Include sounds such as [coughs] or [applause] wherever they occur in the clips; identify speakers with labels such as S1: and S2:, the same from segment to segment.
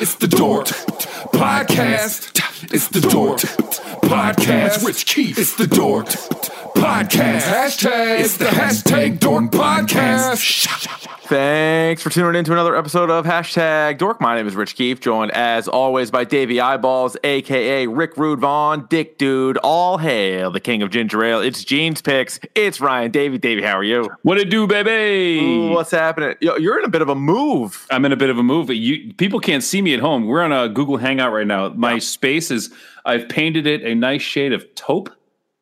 S1: It's the Dort Podcast. It's the Dort Podcast. Rich Keith. It's the Dort Podcast. Hashtag. It's the hashtag Dort Podcast.
S2: Thanks for tuning in to another episode of Hashtag Dork. My name is Rich Keefe, joined as always by Davey Eyeballs, aka Rick Rude Vaughn, Dick Dude. All hail the king of ginger ale. It's Jeans Picks. It's Ryan Davey. Davey, how are you?
S3: What it do, baby?
S2: Ooh, what's happening? Yo, You're in a bit of a move.
S3: I'm in a bit of a move. You people can't see me at home. We're on a Google Hangout right now. My space is I've painted it a nice shade of taupe,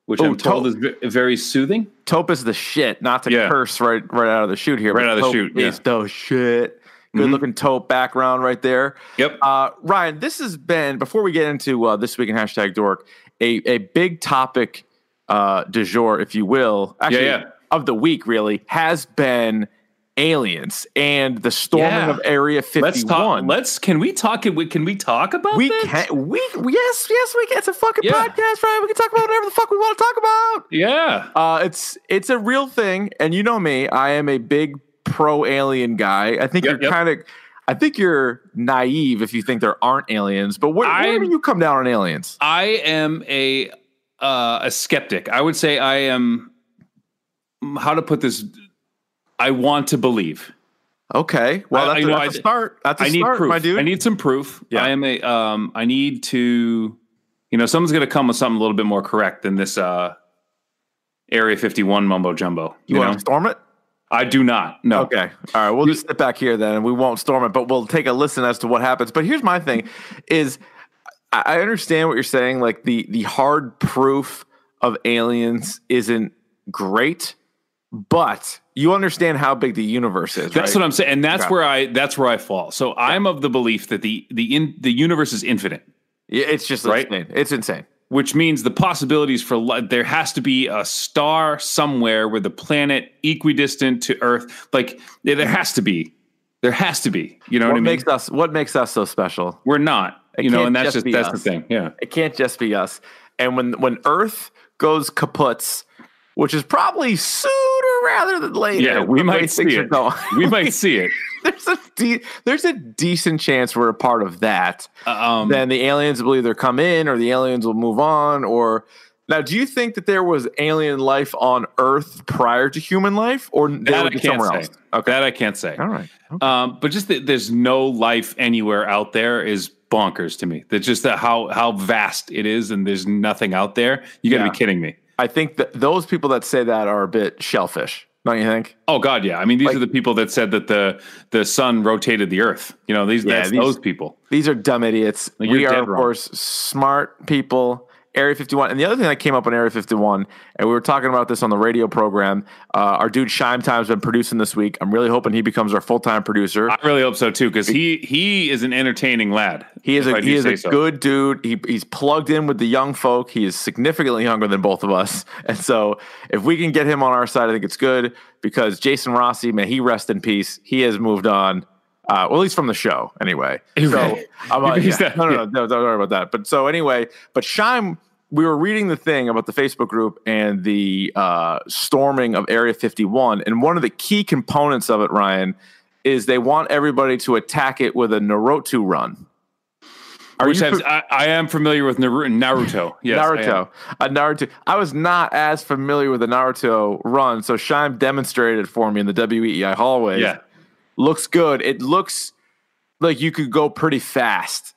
S3: which
S2: Ooh,
S3: I'm told
S2: taupe.
S3: is ve- very soothing.
S2: Taupe is the shit. Not to
S3: Yeah.
S2: curse right right out of the shoot here.
S3: Right
S2: but
S3: out of the
S2: taupe
S3: chute, yeah. Mm-hmm.
S2: Is the shit. Good looking taupe background right there.
S3: Yep.
S2: Uh, Ryan, this has been before we get into uh, this week in hashtag Dork, a a big topic uh, du jour, if you will, actually
S3: yeah.
S2: of the week, really has been aliens and the storming
S3: Yeah.
S2: of Area Fifty One.
S3: let's talk. Let's can we talk? Can we, can we talk about
S2: we
S3: this?
S2: can we yes yes we can. It's a fucking
S3: Yeah.
S2: podcast, Ryan. We can talk about whatever the fuck we want to talk about.
S3: Yeah.
S2: Uh, it's it's a real thing, and you know me. I am a big pro alien guy. I think
S3: Yep,
S2: you're
S3: yep.
S2: kind of, I think you're naive if you think there aren't aliens. But where, where
S3: I'm-
S2: do you come down on aliens?
S3: I am a uh, a skeptic. I would say I am. How to put this? I want to believe.
S2: Okay, well
S3: I-
S2: that's,
S3: you
S2: a,
S3: know,
S2: that's a
S3: I-
S2: start. That's a
S3: I need
S2: start,
S3: proof.
S2: my dude.
S3: I need some proof.
S2: Yeah.
S3: I am a um I need to you know, someone's gonna come with something a little bit more correct than this uh Area 51 mumbo jumbo.
S2: you
S3: You, know?
S2: want to storm it?
S3: I do not. No.
S2: Okay. All right. We'll just sit back here then and we won't storm it, but we'll take a listen as to what happens. But here's my thing is I I understand what you're saying. Like the the hard proof of aliens isn't great, but you understand how big the universe is.
S3: That's what I'm saying. And that's
S2: Okay.
S3: where I that's where I fall. So I'm of the belief that the the in the universe is infinite,
S2: Yeah, it's just
S3: Right?
S2: insane. It's insane.
S3: which means the possibilities for li- there has to be a star somewhere with a planet equidistant to Earth. Like there there has to be. There has to be. You know what,
S2: What
S3: I mean?
S2: makes us what makes us so special?
S3: We're not.
S2: It
S3: You know,
S2: can't
S3: and that's
S2: just
S3: just
S2: be
S3: that's
S2: us.
S3: the thing. Yeah.
S2: It can't just be us. And when when Earth goes kaputs, which is probably sooner rather than later.
S3: Yeah, we
S2: the way
S3: might see
S2: things are
S3: it.
S2: going. [laughs]
S3: we might see it.
S2: there's a de- there's a decent chance we're a part of that.
S3: Um,
S2: then the aliens will either come in, or the aliens will move on. Or now, do you think that there was alien life on Earth prior to human life, or they
S3: that I
S2: would be
S3: can't
S2: somewhere
S3: say.
S2: else?
S3: That I can't say.
S2: All right.
S3: Um, but just that there's no life anywhere out there is bonkers to me. That just that how how vast it is, and there's nothing out there. You got to
S2: Yeah.
S3: be kidding me.
S2: I think that those people that say that are a bit shellfish. Don't you think?
S3: Oh God, yeah. I mean, these
S2: Like-
S3: are the people that said that the the sun rotated the Earth. You know, these
S2: Yeah,
S3: that's
S2: these-
S3: those people.
S2: These are dumb idiots.
S3: Like,
S2: we
S3: you're
S2: are,
S3: dead
S2: of
S3: wrong.
S2: course, smart people. Area 51. And the other thing that came up on Area 51, and we were talking about this on the radio program, uh, our dude Shime Time's been producing this week. I'm really hoping he becomes our full time producer.
S3: I really hope so too, because he he is an entertaining lad.
S2: He is
S3: if
S2: a
S3: I do
S2: he is
S3: say
S2: a
S3: so.
S2: good dude. He, he's plugged in with the young folk. He is significantly younger than both of us, [laughs] and so if we can get him on our side, I think it's good because Jason Rossi, man, he rest in peace. He has moved on, uh, well, at least from the show, anyway. So
S3: [laughs]
S2: I'm, uh,
S3: He's
S2: yeah.
S3: that-
S2: no, no, no, no, don't worry about that. But so anyway, but Shime, we were reading the thing about the Facebook group and the uh, storming of Area 51, and one of the key components of it, Ryan, is they want everybody to attack it with a Naruto run. Are
S3: Which
S2: you
S3: I've-
S2: fa-
S3: I, I am familiar with Naru- Naruto. Yes, I am.
S2: Naruto. A Naruto. I was not as familiar with the Naruto run, so Shime demonstrated it for me in the E WEEI hallway.
S3: Yeah.
S2: Looks good. It looks like you could go pretty fast.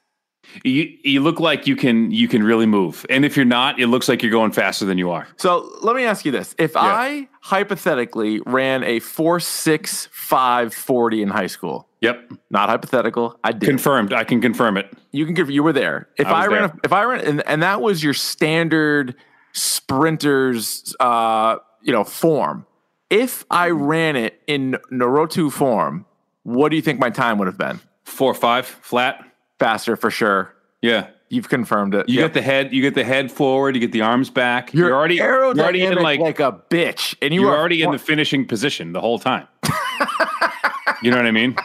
S3: You you look like you can you can really move, and if you're not, it looks like you're going faster than you are.
S2: So let me ask you this: If I hypothetically ran a four six five forty in high school,
S3: Yep,
S2: not hypothetical, I did.
S3: confirmed. I can confirm it.
S2: you can give. You were there. If
S3: I
S2: I,
S3: was
S2: ran,
S3: there.
S2: a, if I ran, and, and that was your standard sprinter's, uh, you know, form. If I
S3: Mm-hmm.
S2: ran it in Naruto form, what do you think my time would have been?
S3: Four five flat.
S2: Faster for sure.
S3: Yeah,
S2: You've confirmed it.
S3: you
S2: Yep.
S3: get the head. You get the head forward. You get the arms back. You're, already you're already in
S2: aerodynamic
S3: like,
S2: like a bitch, and you
S3: you're
S2: are
S3: already in
S2: fun-
S3: the finishing position the whole time. you know what I mean?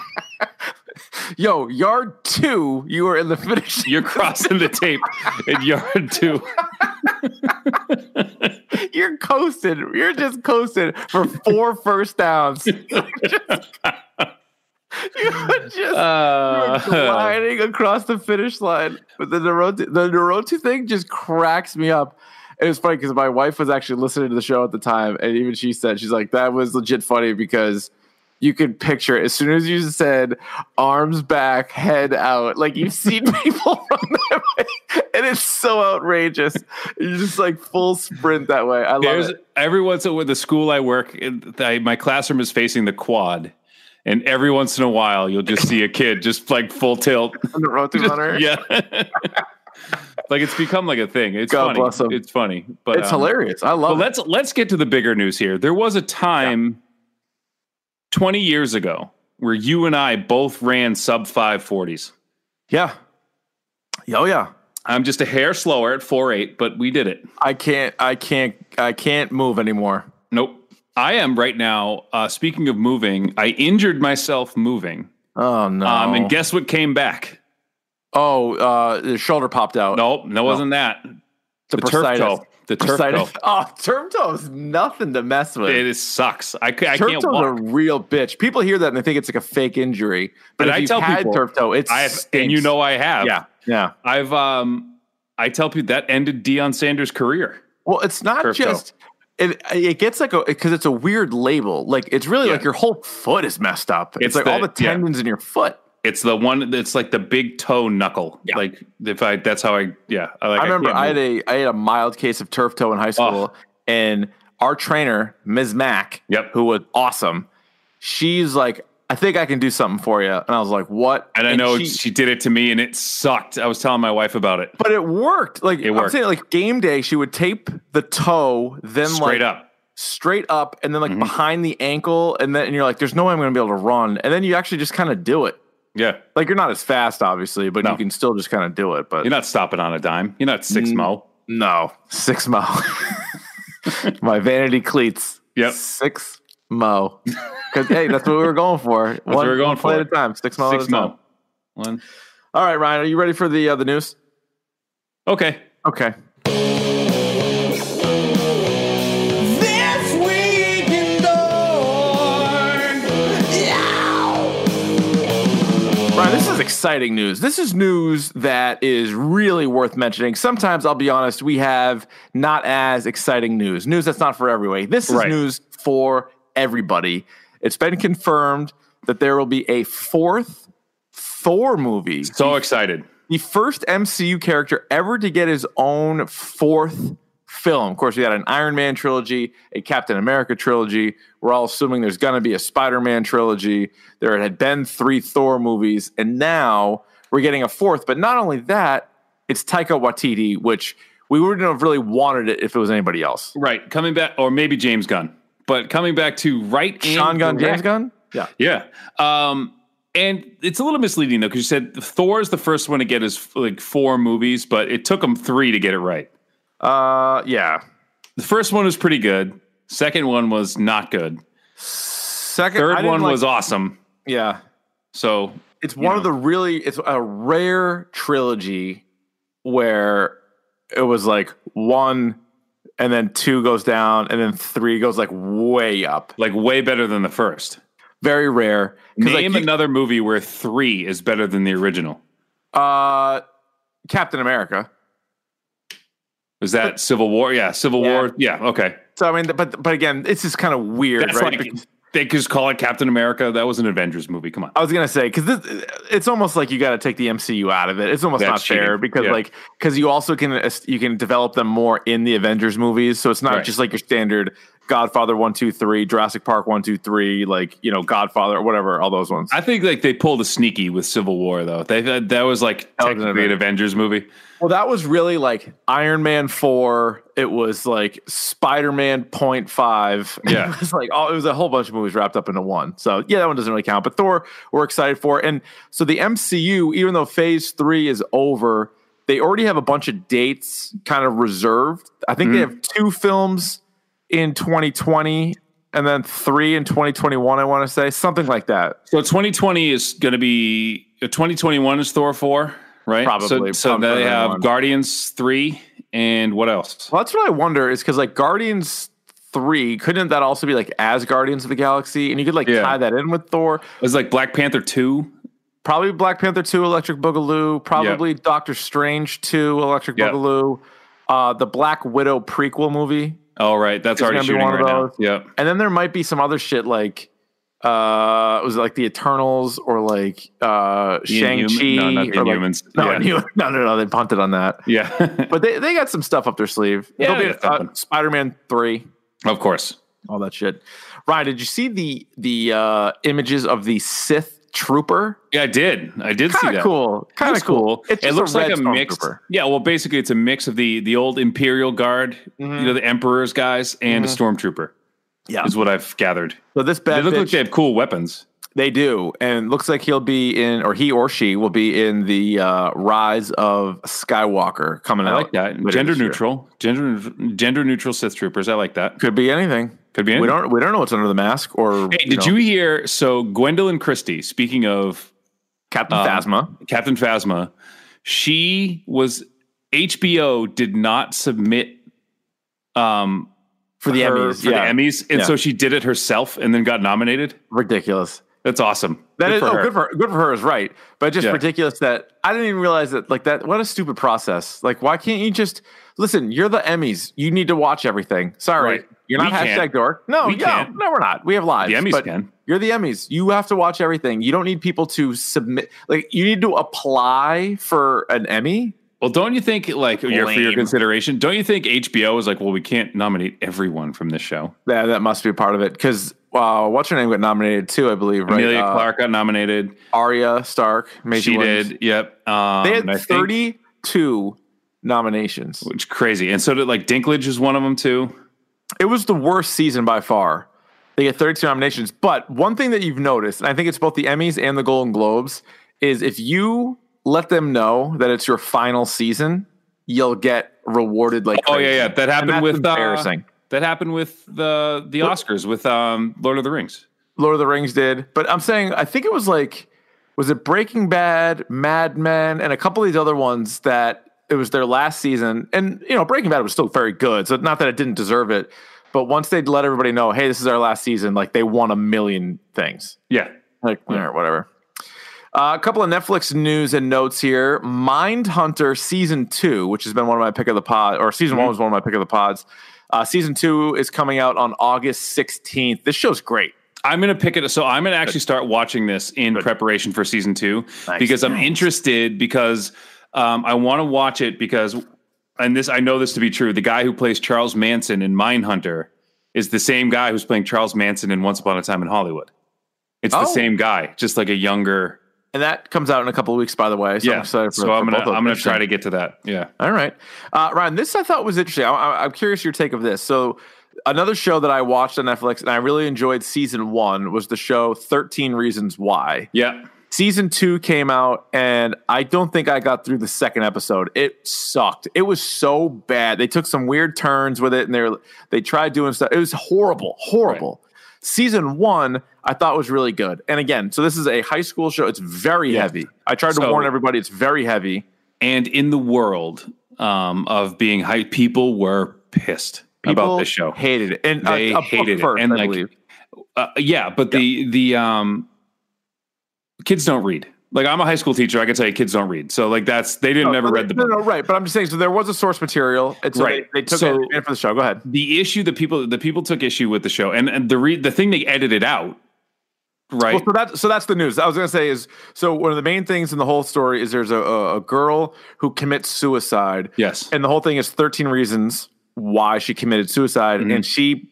S2: Yo, yard two, you were in the finish.
S3: You're crossing the tape at [laughs] yard two.
S2: [laughs] You're coasting. You're just coasting for
S3: [laughs]
S2: four first downs. [laughs] You're just, you're just
S3: [laughs] Uh,
S2: gliding across the finish line. But the Naruto, the Naruto thing just cracks me up. It was funny because my wife was actually listening to the show at the time, and even she said she's like, "That was legit funny because." You could picture as soon as you said arms back, head out, like you've seen
S3: [laughs]
S2: people run that way, and it's so outrageous. You're just like full sprint that way. I love
S3: There's
S2: it.
S3: every once in a while, the school I work, in, I, my classroom is facing the quad, and every once in a while, you'll just see a kid just like
S2: [laughs]
S3: full tilt.
S2: On the road to
S3: [laughs]
S2: runner.
S3: yeah, like it's become like a thing. It's
S2: God
S3: funny.
S2: bless 'em.
S3: It's funny, but
S2: it's
S3: um,
S2: hilarious. I love it.
S3: But let's let's get to the bigger news here. There was a time 20 years ago where you and I both ran sub 540s.
S2: Yeah. Oh yeah.
S3: I'm just a hair slower at 4.8, but we did it.
S2: I can't. I can't. I can't move anymore.
S3: Nope. I am right now. Uh, speaking of moving, I injured myself moving.
S2: Oh no.
S3: Um, and guess what came back?
S2: oh, uh, the shoulder popped out.
S3: Nope, no, wasn't that
S2: the,
S3: the turf
S2: bursitis.
S3: toe? The turf toe.
S2: Bursitis. [laughs] Oh, turf toe is nothing to mess with.
S3: It is, sucks. I, ca- I
S2: turf
S3: can't
S2: toe's a
S3: walk.
S2: real bitch. People hear that and they think it's like a fake injury. But
S3: And
S2: if
S3: I
S2: you've
S3: tell
S2: had
S3: people,
S2: turf toe, it's
S3: I have, and you know I have.
S2: yeah, yeah.
S3: I've um, I tell people that ended Deion Sanders' career.
S2: Well, it's not
S3: Turf toe.
S2: just. It, it gets like a because it's a weird label. Like it's really
S3: Yeah.
S2: like your whole foot is messed up. It's,
S3: It's
S2: like
S3: the-
S2: all the
S3: yeah.
S2: tendons in your foot.
S3: It's the one that's like the big toe knuckle. Like if I, that's how I. Yeah, like,
S2: I remember
S3: can't
S2: I had
S3: move.
S2: a I had a mild case of turf toe in high school, and our trainer Ms. Mack,
S3: Yep.
S2: who was awesome, she's like, "I think I can do something for you," and I was like, "What?"
S3: and I know
S2: she-
S3: she, did it to me, and it sucked. I was telling my wife about it.
S2: but it worked. Like
S3: It
S2: I'm
S3: worked.
S2: saying, like game day, she would tape the toe, then like
S3: Straight up, Mm-hmm.
S2: straight up, and then like behind the ankle, and then and you're like, "There's no way I'm going to be able to run," and then you actually just kind of do it.
S3: yeah.
S2: Like you're not as fast, obviously, but
S3: No.
S2: you can still just kind of do it. But
S3: You're not stopping on a dime. You're not six mo.
S2: No, six mo. [laughs] My vanity cleats.
S3: Yep.
S2: Six mo. Because hey, that's what we were going for. That's
S3: what we were going
S2: play
S3: for.
S2: at a time. Six mo.
S3: six
S2: at a time.
S3: mo. One.
S2: All right, Ryan, are you ready for the uh, the news?
S3: Okay.
S2: Okay.
S4: This week in Dorn.
S2: Ryan, this is exciting news. This is news that is really worth mentioning. Sometimes I'll be honest, we have not as exciting news. News that's not for everybody. This is
S3: Right.
S2: news for everybody. It's been confirmed that there will be a fourth Thor movie.
S3: So excited.
S2: the first MCU character ever to get his own fourth film. Of course, we had an Iron Man trilogy, a Captain America trilogy. We're all assuming there's going to be a Spider Man trilogy. There had been three Thor movies, and now we're getting a fourth. But not only that, it's Taika Waititi, which we wouldn't have really wanted it if it was anybody else.
S3: Right. Coming back, or maybe James Gunn, but coming back to right.
S2: Sean
S3: and
S2: Gunn, James
S3: direct.
S2: Gunn? Yeah.
S3: Yeah. Um, and it's a little misleading though, because you said Thor is the first one to get his like four movies, but it took him three to get it right.
S2: Uh, yeah.
S3: The first one was pretty good. Second one was not good.
S2: Second, I
S3: Third
S2: didn't
S3: one
S2: like-
S3: was awesome.
S2: yeah.
S3: So
S2: It's one of the really it's a rare trilogy where it was like one and then two goes down and then three goes like way up.
S3: like way better than the first.
S2: Very rare. 'Cause, like,
S3: Name
S2: you-
S3: another movie where three is better than the original.
S2: uh Captain America.
S3: Was that Civil War? Yeah, Civil
S2: Yeah.
S3: War. Yeah, okay.
S2: So I mean but but again, this is kind of weird,
S3: That's
S2: right?
S3: like
S2: Because-
S3: They could just call it Captain America. That was an Avengers movie. Come on.
S2: I was gonna say because it's almost like you got to take the MCU out of it. It's almost
S3: That's
S2: not fair
S3: cheating.
S2: because
S3: Yeah.
S2: like because you also can es- you can develop them more in the Avengers movies, so it's not
S3: Right.
S2: just like your standard Godfather one two three, Jurassic Park one two three, like you know Godfather or whatever, all those ones.
S3: I think like they pulled a sneaky with Civil War though. They that, that was like
S2: That was an
S3: technically an Avengers movie.
S2: well, that was really like Iron Man four. It was like Spider Man point five. [laughs]
S3: Yeah.
S2: it was like all it was a whole bunch of movies wrapped up into one. So yeah, that one doesn't really count. But Thor, we're excited for, and so the MCU, even though Phase three is over, they already have a bunch of dates kind of reserved. I think they have two films in 2020 and then three in 2021. I want to say something like that.
S3: So 2020 is going to be 2021 is Thor four, right?
S2: Probably,
S3: So, so
S2: probably
S3: they have
S2: 21.
S3: Guardians three and what else?
S2: Well, that's what I wonder is because like Guardians three, couldn't that also be like as Guardians of the Galaxy? And you could like
S3: Yeah.
S2: tie that in with Thor.
S3: It's like Black Panther two.
S2: Probably Black Panther two, Electric Boogaloo. Probably Doctor Strange two, Electric
S3: Yep.
S2: Boogaloo. Uh, the Black Widow prequel movie,
S3: Oh right, that's
S2: It's
S3: already
S2: gonna be
S3: shooting
S2: one
S3: right
S2: of
S3: now.
S2: those.
S3: Yeah,
S2: and then there might be some other shit like uh was it like the Eternals or like uh
S3: The
S2: Shang
S3: Inhum-
S2: Chi
S3: no, not the
S2: or like-
S3: Inhumans.
S2: no,
S3: Yeah.
S2: Inhum- no no no they punted on that
S3: yeah,
S2: but they, they got some stuff up their sleeve
S3: Yeah,
S2: There'll
S3: they
S2: be
S3: got something.
S2: uh, Spider-Man 3
S3: [laughs] of course.
S2: all that shit. Ryan, did you see the the uh, images of the Sith trooper?
S3: Yeah, I did. I did see
S2: Kind
S3: that.
S2: of cool. Kind
S3: That's
S2: of cool. It's
S3: It
S2: just
S3: looks like
S2: red
S3: a mix.
S2: stormtrooper.
S3: Yeah, well, basically, it's a mix of the the old Imperial Guard, you know, the Emperor's guys, and a stormtrooper.
S2: Mm-hmm. Yeah.
S3: is what I've gathered.
S2: So this
S3: They
S2: bad
S3: look
S2: bitch,
S3: like they
S2: they,
S3: have cool weapons.
S2: do, and it looks like he'll be in, or he or she will be in the uh, Rise of Skywalker coming
S3: I
S2: out.
S3: like that.
S2: later
S3: Gender
S2: this year.
S3: neutral, gender gender neutral Sith troopers. I like that.
S2: Could be anything.
S3: Could be.
S2: We
S3: anything.
S2: don't we don't know what's under the mask or
S3: Hey, did
S2: know,
S3: you hear? So Gwendolyn Christie. Speaking of
S2: Captain
S3: um,
S2: Phasma?
S3: Captain Phasma, she was HBO did not submit um
S2: For the
S3: her-
S2: Emmys,
S3: for
S2: yeah.
S3: the Emmys, and
S2: Yeah.
S3: so she did it herself and then got nominated.
S2: Ridiculous.
S3: That's awesome.
S2: That is
S3: for
S2: oh,
S3: her.
S2: good for good for her is right, but just
S3: Yeah.
S2: ridiculous that I didn't even realize that like that. What a stupid process! Like, why can't you just listen? You're the Emmys. You need to watch everything. Sorry,
S3: Right.
S2: you're not
S3: We
S2: hashtag
S3: can't.
S2: dork. No,
S3: We
S2: no,
S3: can't.
S2: no, we're not. We have lives.
S3: The Emmys
S2: but
S3: can.
S2: You're the Emmys. You have to watch everything. You don't need people to submit. Like, you need to apply for an Emmy.
S3: Well, don't you think like your, for your
S2: Lame.
S3: consideration? Don't you think HBO is like, well, we can't nominate everyone from this show.
S2: Yeah, that must be part of it. Because uh, what's her name got nominated too? I believe right.
S3: Amelia
S2: uh,
S3: Clark got nominated.
S2: Arya Stark. Maisie
S3: She
S2: Williams.
S3: did. Yep. Um,
S2: They
S3: and I
S2: had
S3: think-
S2: thirty-two nominations.
S3: which is crazy. And so did like Dinklage is one of them too.
S2: it was the worst season by far. They get 32 nominations. But one thing that you've noticed, and I think it's both the Emmys and the Golden Globes, is if you let them know that it's your final season, you'll get rewarded like
S3: Oh
S2: crazy.
S3: yeah, yeah. That
S2: And
S3: happened
S2: that's
S3: with uh,
S2: embarrassing.
S3: that happened with the the Oscars with um Lord of the Rings.
S2: Lord of the Rings did. But I'm saying I think it was like was it Breaking Bad, Mad Men, and a couple of these other ones that it was their last season. And you know, Breaking Bad was still very good. So not that it didn't deserve it, but once they'd let everybody know, hey, this is our last season, like they won a million things.
S3: Yeah.
S2: like or whatever. Uh, a couple of Netflix news and notes here. Mindhunter season two, which has been one of my pick of the pod, or season one was one of my pick of the pods. Uh, season two is coming out on August 16th. This show's great.
S3: I'm gonna pick it. So I'm gonna actually start watching this in preparation for season two because I'm interested because um, I want to watch it because and this I know this to be true. The guy who plays Charles Manson in Mindhunter is the same guy who's playing Charles Manson in Once Upon a Time in Hollywood. It's
S2: Oh.
S3: the same guy, just like a younger.
S2: And that comes out in a couple of weeks, by the way. So
S3: yeah.
S2: I'm excited for,
S3: so I'm
S2: for
S3: gonna
S2: both of
S3: I'm gonna
S2: them.
S3: try to get to that. Yeah.
S2: All right. Uh, Ryan, this I thought was interesting. I, I, I'm curious your take of this. So, another show that I watched on Netflix and I really enjoyed season one was the show 13 Reasons Why.
S3: Yeah.
S2: Season two came out, and I don't think I got through the second episode. It sucked. It was so bad. They took some weird turns with it, and they were, they tried doing stuff. It was horrible, horrible. Season one, I thought was really good. And again, so this is a high school show. It's very
S3: Yeah.
S2: heavy. I tried to
S3: So-
S2: warn everybody. It's very heavy.
S3: and in the world um, of being hype, people were pissed about
S2: People
S3: this show.
S2: hated it, and uh,
S3: They
S2: a, a book
S3: hated it.
S2: first,
S3: And,
S2: I
S3: like,
S2: believe.
S3: Uh, yeah, but the the um, kids don't read. Like I'm a high school teacher, I can tell you kids don't read. So like that's they didn't never
S2: no,
S3: read the
S2: no,
S3: book.
S2: no, right. Oh, But I'm just saying, so there was a source material. And so
S3: Right.
S2: They, they took
S3: So-
S2: it in for the show. Go ahead.
S3: The issue that people the people took issue with the show and, and the re, the thing they edited out, right?
S2: Well, so that's so that's the news. I was gonna say is so one of the main things in the whole story is there's a, a, a girl who commits suicide.
S3: yes.
S2: And the whole thing is 13 reasons why she committed suicide.
S3: Mm-hmm.
S2: And she,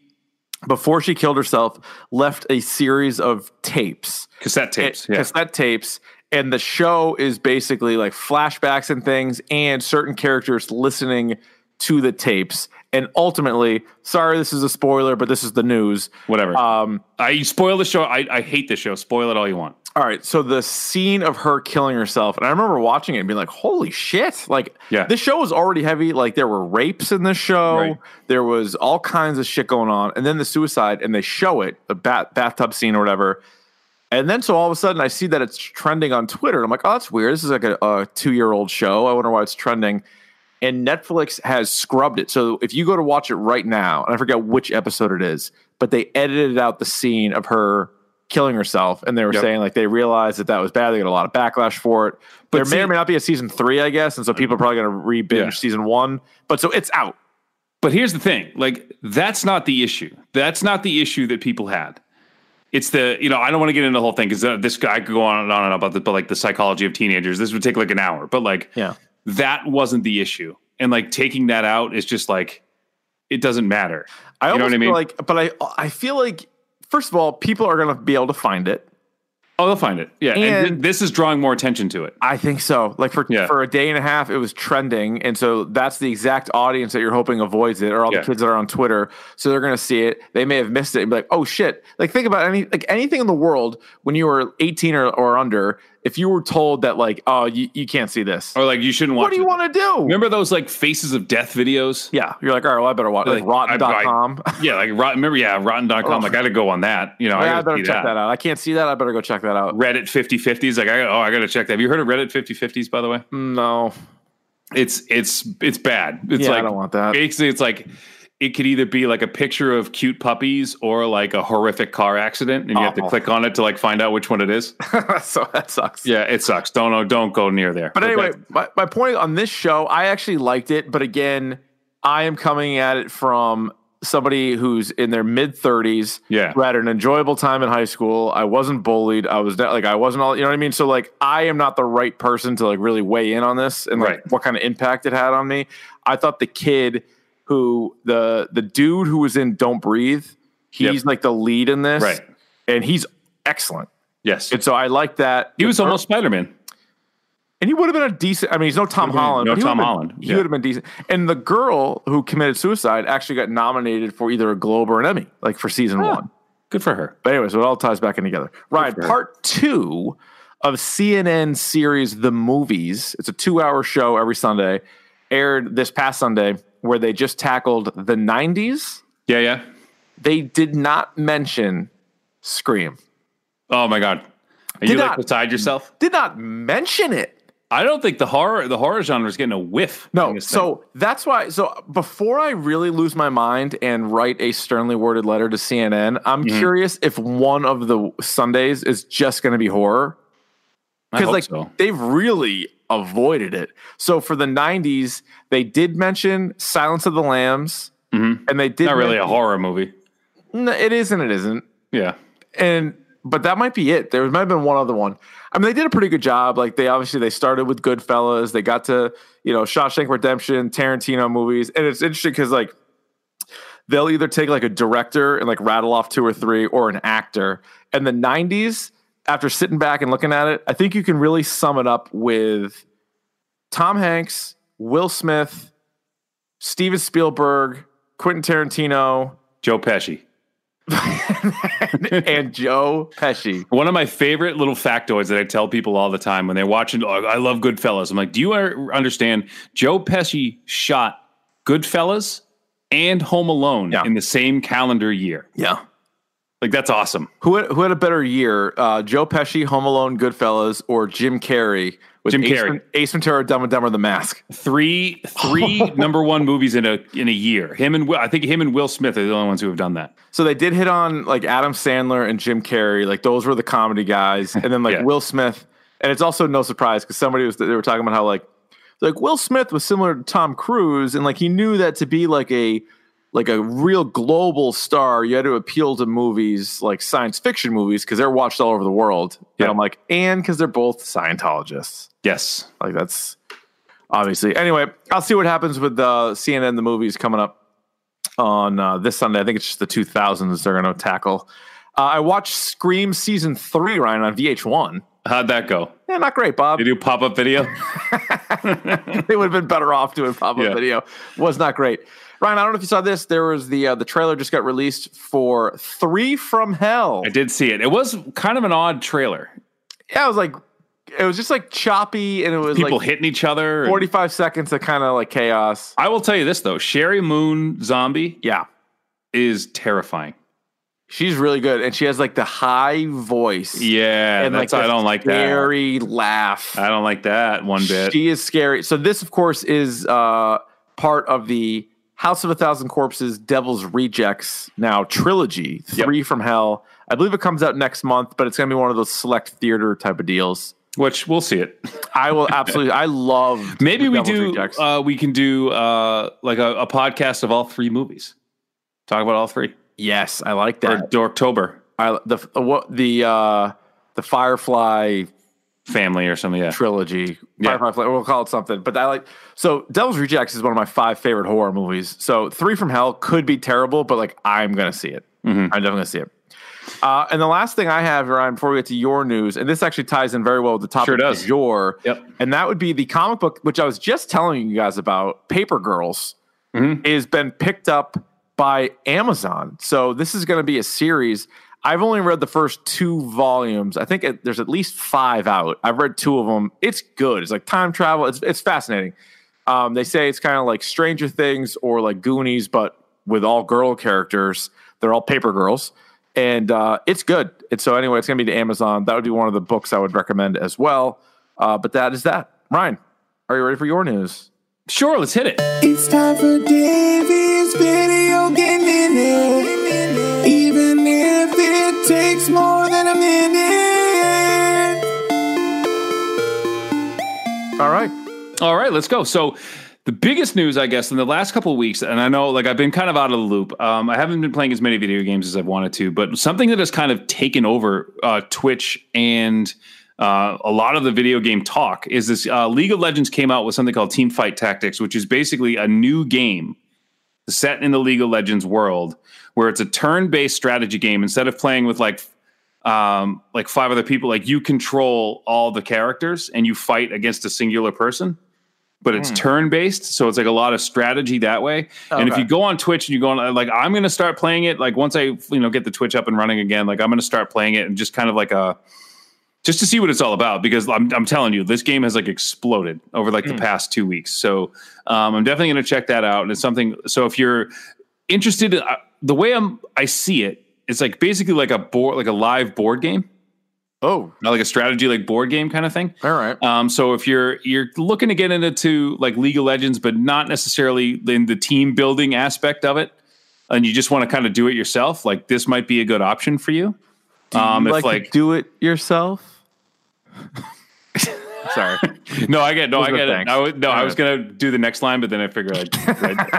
S2: before she killed herself, left a series of tapes,
S3: Cassette tapes.
S2: eh,
S3: yeah.
S2: cassette tapes. And the show is basically like flashbacks and things, and certain characters listening to the tapes. And ultimately, sorry, this is a spoiler, but this is the news.
S3: Whatever.
S2: Um,
S3: I spoil the show. I, I hate this show. Spoil it all you want.
S2: all right, so the scene of her killing herself, and I remember watching it and being like, "Holy shit!" Like,
S3: Yeah.
S2: this show was already heavy. Like, there were rapes in the show.
S3: Right.
S2: There was all kinds of shit going on, and then the suicide, and they show it the bat- bathtub scene or whatever. And then so all of a sudden, I see that it's trending on Twitter. And I'm like, "Oh, that's weird. This is like a, a two year old show. I wonder why it's trending." And Netflix has scrubbed it. So if you go to watch it right now, and I forget which episode it is, but they edited out the scene of her killing herself, and they were
S3: Yep.
S2: saying like they realized that that was bad. They got a lot of backlash for it. But there
S3: see-
S2: may or may not be a season three, I guess, and so people are probably going to re-binge
S3: Yeah.
S2: season one. But so it's out.
S3: But here's the thing. Like that's not the issue. That's not the issue that people had. It's the you know I don't want to get into the whole thing because this guy I could go on and on and on about this, but like the psychology of teenagers. This would take like an hour. But like
S2: Yeah.
S3: that wasn't the issue. And like taking that out is just like it doesn't matter.
S2: I
S3: You know
S2: almost
S3: what I mean?
S2: feel like, but I I feel like first of all, people are going to be able to find it.
S3: Oh, they'll find it. Yeah. And, th-
S2: And-
S3: this is drawing more attention to it.
S2: I think so. Like for
S3: Yeah.
S2: for a day and a half, it was trending, and so that's the exact audience that you're hoping avoids it, or all
S3: Yeah.
S2: the kids that are on Twitter. So they're gonna see it. They may have missed it and be like, "Oh shit!" Like think about any like anything in the world when you were 18 or, or under. If you were told that like, "Oh, you, you can't see this,"
S3: Or like you shouldn't watch
S2: what do you
S3: it.
S2: want to do?
S3: Remember those like faces of death videos?
S2: yeah, you're like, "All right, well, I better watch like,
S3: Like, I-
S2: [laughs]
S3: I-
S2: Rotten.com."
S3: Yeah, like rotten remember, yeah, rotten.com.
S2: Oh.
S3: Like I gotta go on that. You
S2: I,
S3: know, I,
S2: I
S3: gotta
S2: better
S3: see
S2: check
S3: that.
S2: that. out. I can't see that. I better go check that out.
S3: Reddit 5050s. Like I gotta, oh, I gotta check that. Have you heard of Reddit 5050s, by the way?
S2: Mm. No,
S3: It's it's it's bad. It's
S2: yeah,
S3: like
S2: I don't want that.
S3: basically it's like it could either be like a picture of cute puppies or like a horrific car accident, and you have to
S2: Awful.
S3: click on it to like find out which one
S2: [laughs]
S3: it is.
S2: [laughs] so that sucks.
S3: Yeah, it sucks. Don't know. Don't go near there.
S2: But anyway,
S3: that's-
S2: my, my point on this show, I actually liked it. But again, I am coming at it from somebody who's in their mid 30s.
S3: Yeah.
S2: Who had an enjoyable time in high school. I wasn't bullied. I was not- like, I wasn't all, you know what I mean? So, like, I am not the right person to like really weigh in on this and like
S3: Right.
S2: what kind of impact it had on me. I thought the kid who, the the dude who was in Don't Breathe, he's
S3: Yep.
S2: like the lead in this.
S3: Right.
S2: And he's excellent.
S3: yes,
S2: And so I like that.
S3: he was almost Spider Man.
S2: And he would have been a decent. I mean, he's no Tom
S3: been-
S2: Holland.
S3: no
S2: but he
S3: Tom
S2: would have
S3: Holland,
S2: Been, He
S3: yeah.
S2: would have been decent. And the girl who committed suicide actually got nominated for either a Globe or an Emmy, like for season one.
S3: Good for her.
S2: But anyways, it all ties back in together. Ryan, part two of CNN series The Movies. It's a two-hour show every Sunday, aired this past Sunday, where they just tackled the '90s.
S3: Yeah, yeah.
S2: They did not mention Scream.
S3: Oh my god, are you like
S2: not-
S3: beside yourself?
S2: Did not mention it.
S3: I don't think the horror the horror genre is getting a whiff. in
S2: No,
S3: this thing.
S2: so that's why. So before I really lose my mind and write a sternly worded letter to CNN, I'm
S3: Mm-hmm.
S2: curious if one of the Sundays is just going to be horror
S3: I
S2: because
S3: hope
S2: like
S3: so.
S2: they've really avoided it. So for the '90s, they did mention Silence of the Lambs, and they did
S3: Mm-hmm. not really a
S2: mention-
S3: horror movie.
S2: No, it is and it isn't
S3: Yeah,
S2: and but that might be it. There might have been one other one. I mean, they did a pretty good job. Like they obviously they started with Goodfellas. They got to you know Shawshank Redemption, Tarantino movies, and it's interesting because like they'll either take like a director and like rattle off two or three, or an actor. And the '90s, after sitting back and looking at it, I think you can really sum it up with Tom Hanks, Will Smith, Steven Spielberg, Quentin Tarantino, [laughs]
S3: Joe Pesci.
S2: and Joe Pesci.
S3: One of my favorite little factoids that I tell people all the time when they're watching, oh, I love Goodfellas. I'm like, do you er- understand? Joe Pesci shot Goodfellas and Home Alone
S2: Yeah.
S3: in the same calendar year.
S2: Yeah.
S3: Like, that's awesome.
S2: Who had, who had a better year, uh, Joe Pesci, Home Alone, Goodfellas, or Jim Carrey with
S3: Jim
S2: Ace,
S3: Carrey.
S2: Ven- Ace Ventura, Dumb and Dumber, The Mask?
S3: Three,
S2: [laughs]
S3: three number one movies in a in a year. Him and Will, I think him and Will Smith are the only ones who have done that.
S2: So they did hit on like Adam Sandler and Jim Carrey, like those were the comedy guys, and then like
S3: [laughs] Yeah.
S2: Will Smith And it's also no surprise because somebody was they were talking about how like like Will Smith was similar to Tom Cruise, and like he knew that to be like a like a real global star, you had to appeal to movies like science fiction movies because they're watched all over the world.
S3: Yeah.
S2: And I'm like, and because they're both Scientologists.
S3: Yes.
S2: Like that's obviously. Anyway, I'll see what happens with uh, CNN the movies coming up on uh, this Sunday. I think it's just the 2000s they're going to tackle. Uh, I watched Scream season three, Ryan, on VH1.
S3: How'd that go?
S2: Yeah, not great, Bob.
S3: They do pop up video.
S2: [laughs] they would have been better off doing pop up
S3: Yeah.
S2: video. Was not great. Ryan, I don't know if you saw this. There was the uh, the trailer just got released for Three from Hell.
S3: I did see it. It was kind of an odd trailer.
S2: Yeah, I was like, it was just like choppy, and it was
S3: People
S2: like
S3: hitting each other. and-
S2: 45 seconds of kind of like chaos.
S3: I will tell you this though, Sherry Moon Zombie
S2: Yeah,
S3: is terrifying.
S2: she's really good, and she has like the high voice.
S3: Yeah,
S2: and
S3: that's
S2: like
S3: I
S2: the
S3: don't like that.
S2: scary laugh.
S3: I don't like that one bit.
S2: She is scary. So this, of course, is uh, part of the House of a Thousand Corpses, Devil's Rejects now trilogy,
S3: Yep.
S2: Three from Hell. I believe it comes out next month, but it's going to be one of those select theater type of deals.
S3: which we'll see it.
S2: I will absolutely. I love.
S3: [laughs] Maybe we
S2: Devil's
S3: do.
S2: Rejects.
S3: Uh, we can do uh, like a, a podcast of all three movies. Talk about all three
S2: yes, I like
S3: or
S2: that.
S3: Dorktober
S2: I, the what the uh, the Firefly
S3: family or something. Yeah,
S2: trilogy.
S3: Yeah.
S2: Firefly, Fla- we'll call it something. But I like so Devil's Rejects is one of my five favorite horror movies. So Three from Hell could be terrible, but like I'm gonna see it.
S3: Mm-hmm.
S2: I'm definitely gonna see it. Uh, and the last thing I have, Ryan, before we get to your news, and this actually ties in very well with the topic
S3: Sure does.
S2: of your,
S3: Yep.
S2: and that would be the comic book, which I was just telling you guys about, Paper Girls, has been picked up by Amazon. So this is going to be a series. I've only read the first two volumes. I think it, there's at least five out. I've read two of them. It's good. It's like time travel. It's it's fascinating. Um, they say it's kind of like Stranger Things or like Goonies, but with all girl characters. They're all paper girls, and uh, it's good. And so anyway, it's going to be to Amazon. That would be one of the books I would recommend as well. Uh, but that is that. Ryan, are you ready for your news?
S3: sure. Let's hit it.
S4: It's time for Davey's video game minute. Even if it takes more than a minute.
S2: All right.
S3: All right, let's go. So the biggest news, I guess, in the last couple of weeks, and I know like I've been kind of out of the loop. Um, I haven't been playing as many video games as I've wanted to, but something that has kind of taken over uh, Twitch and uh, a lot of the video game talk is this uh, League of Legends came out with something called Team Fight Tactics, which is basically a new game set in the League of Legends world where it's a turn-based strategy game. Instead of playing with like um, like five other people, like you control all the characters and you fight against a singular person but it's turn based. So it's like a lot of strategy that way. And if
S2: Okay.
S3: you go on Twitch and you go on, like, I'm going to start playing it, like, once I, you know, get the Twitch up and running again, like, I'm going to start playing it and just kind of like a, just to see what it's all about because I'm, I'm telling you, this game has like exploded over like the past two weeks. So um, I'm definitely going to check that out. And it's something, so if you're interested, uh, the way I'm, I see it, it's like basically like a board, like a live board game,
S2: Oh,
S3: not like a strategy, like board game kind of thing.
S2: all right.
S3: Um, so if you're you're looking to get into like League of Legends, but not necessarily in the team building aspect of it, and you just want to kind of do it yourself, like this might be a good option for you. um,
S2: you like,
S3: if like,
S2: to do it yourself. [laughs] Sorry,
S3: no, I get no, I
S2: Those are
S3: get it.
S2: thanks.
S3: I was, no, I
S2: Yeah.
S3: was gonna do the next line, but then I figured I,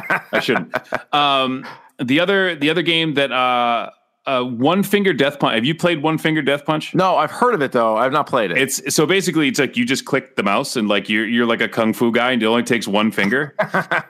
S3: I,
S2: [laughs]
S3: I shouldn't. Um, the other the other game that uh, uh, One Finger Death Punch. Have you played One Finger Death Punch?
S2: no, I've heard of it though. I've not played it.
S3: It's so basically it's like you just click the mouse and like you're you're like a kung fu guy and it only takes one
S2: [laughs]
S3: finger.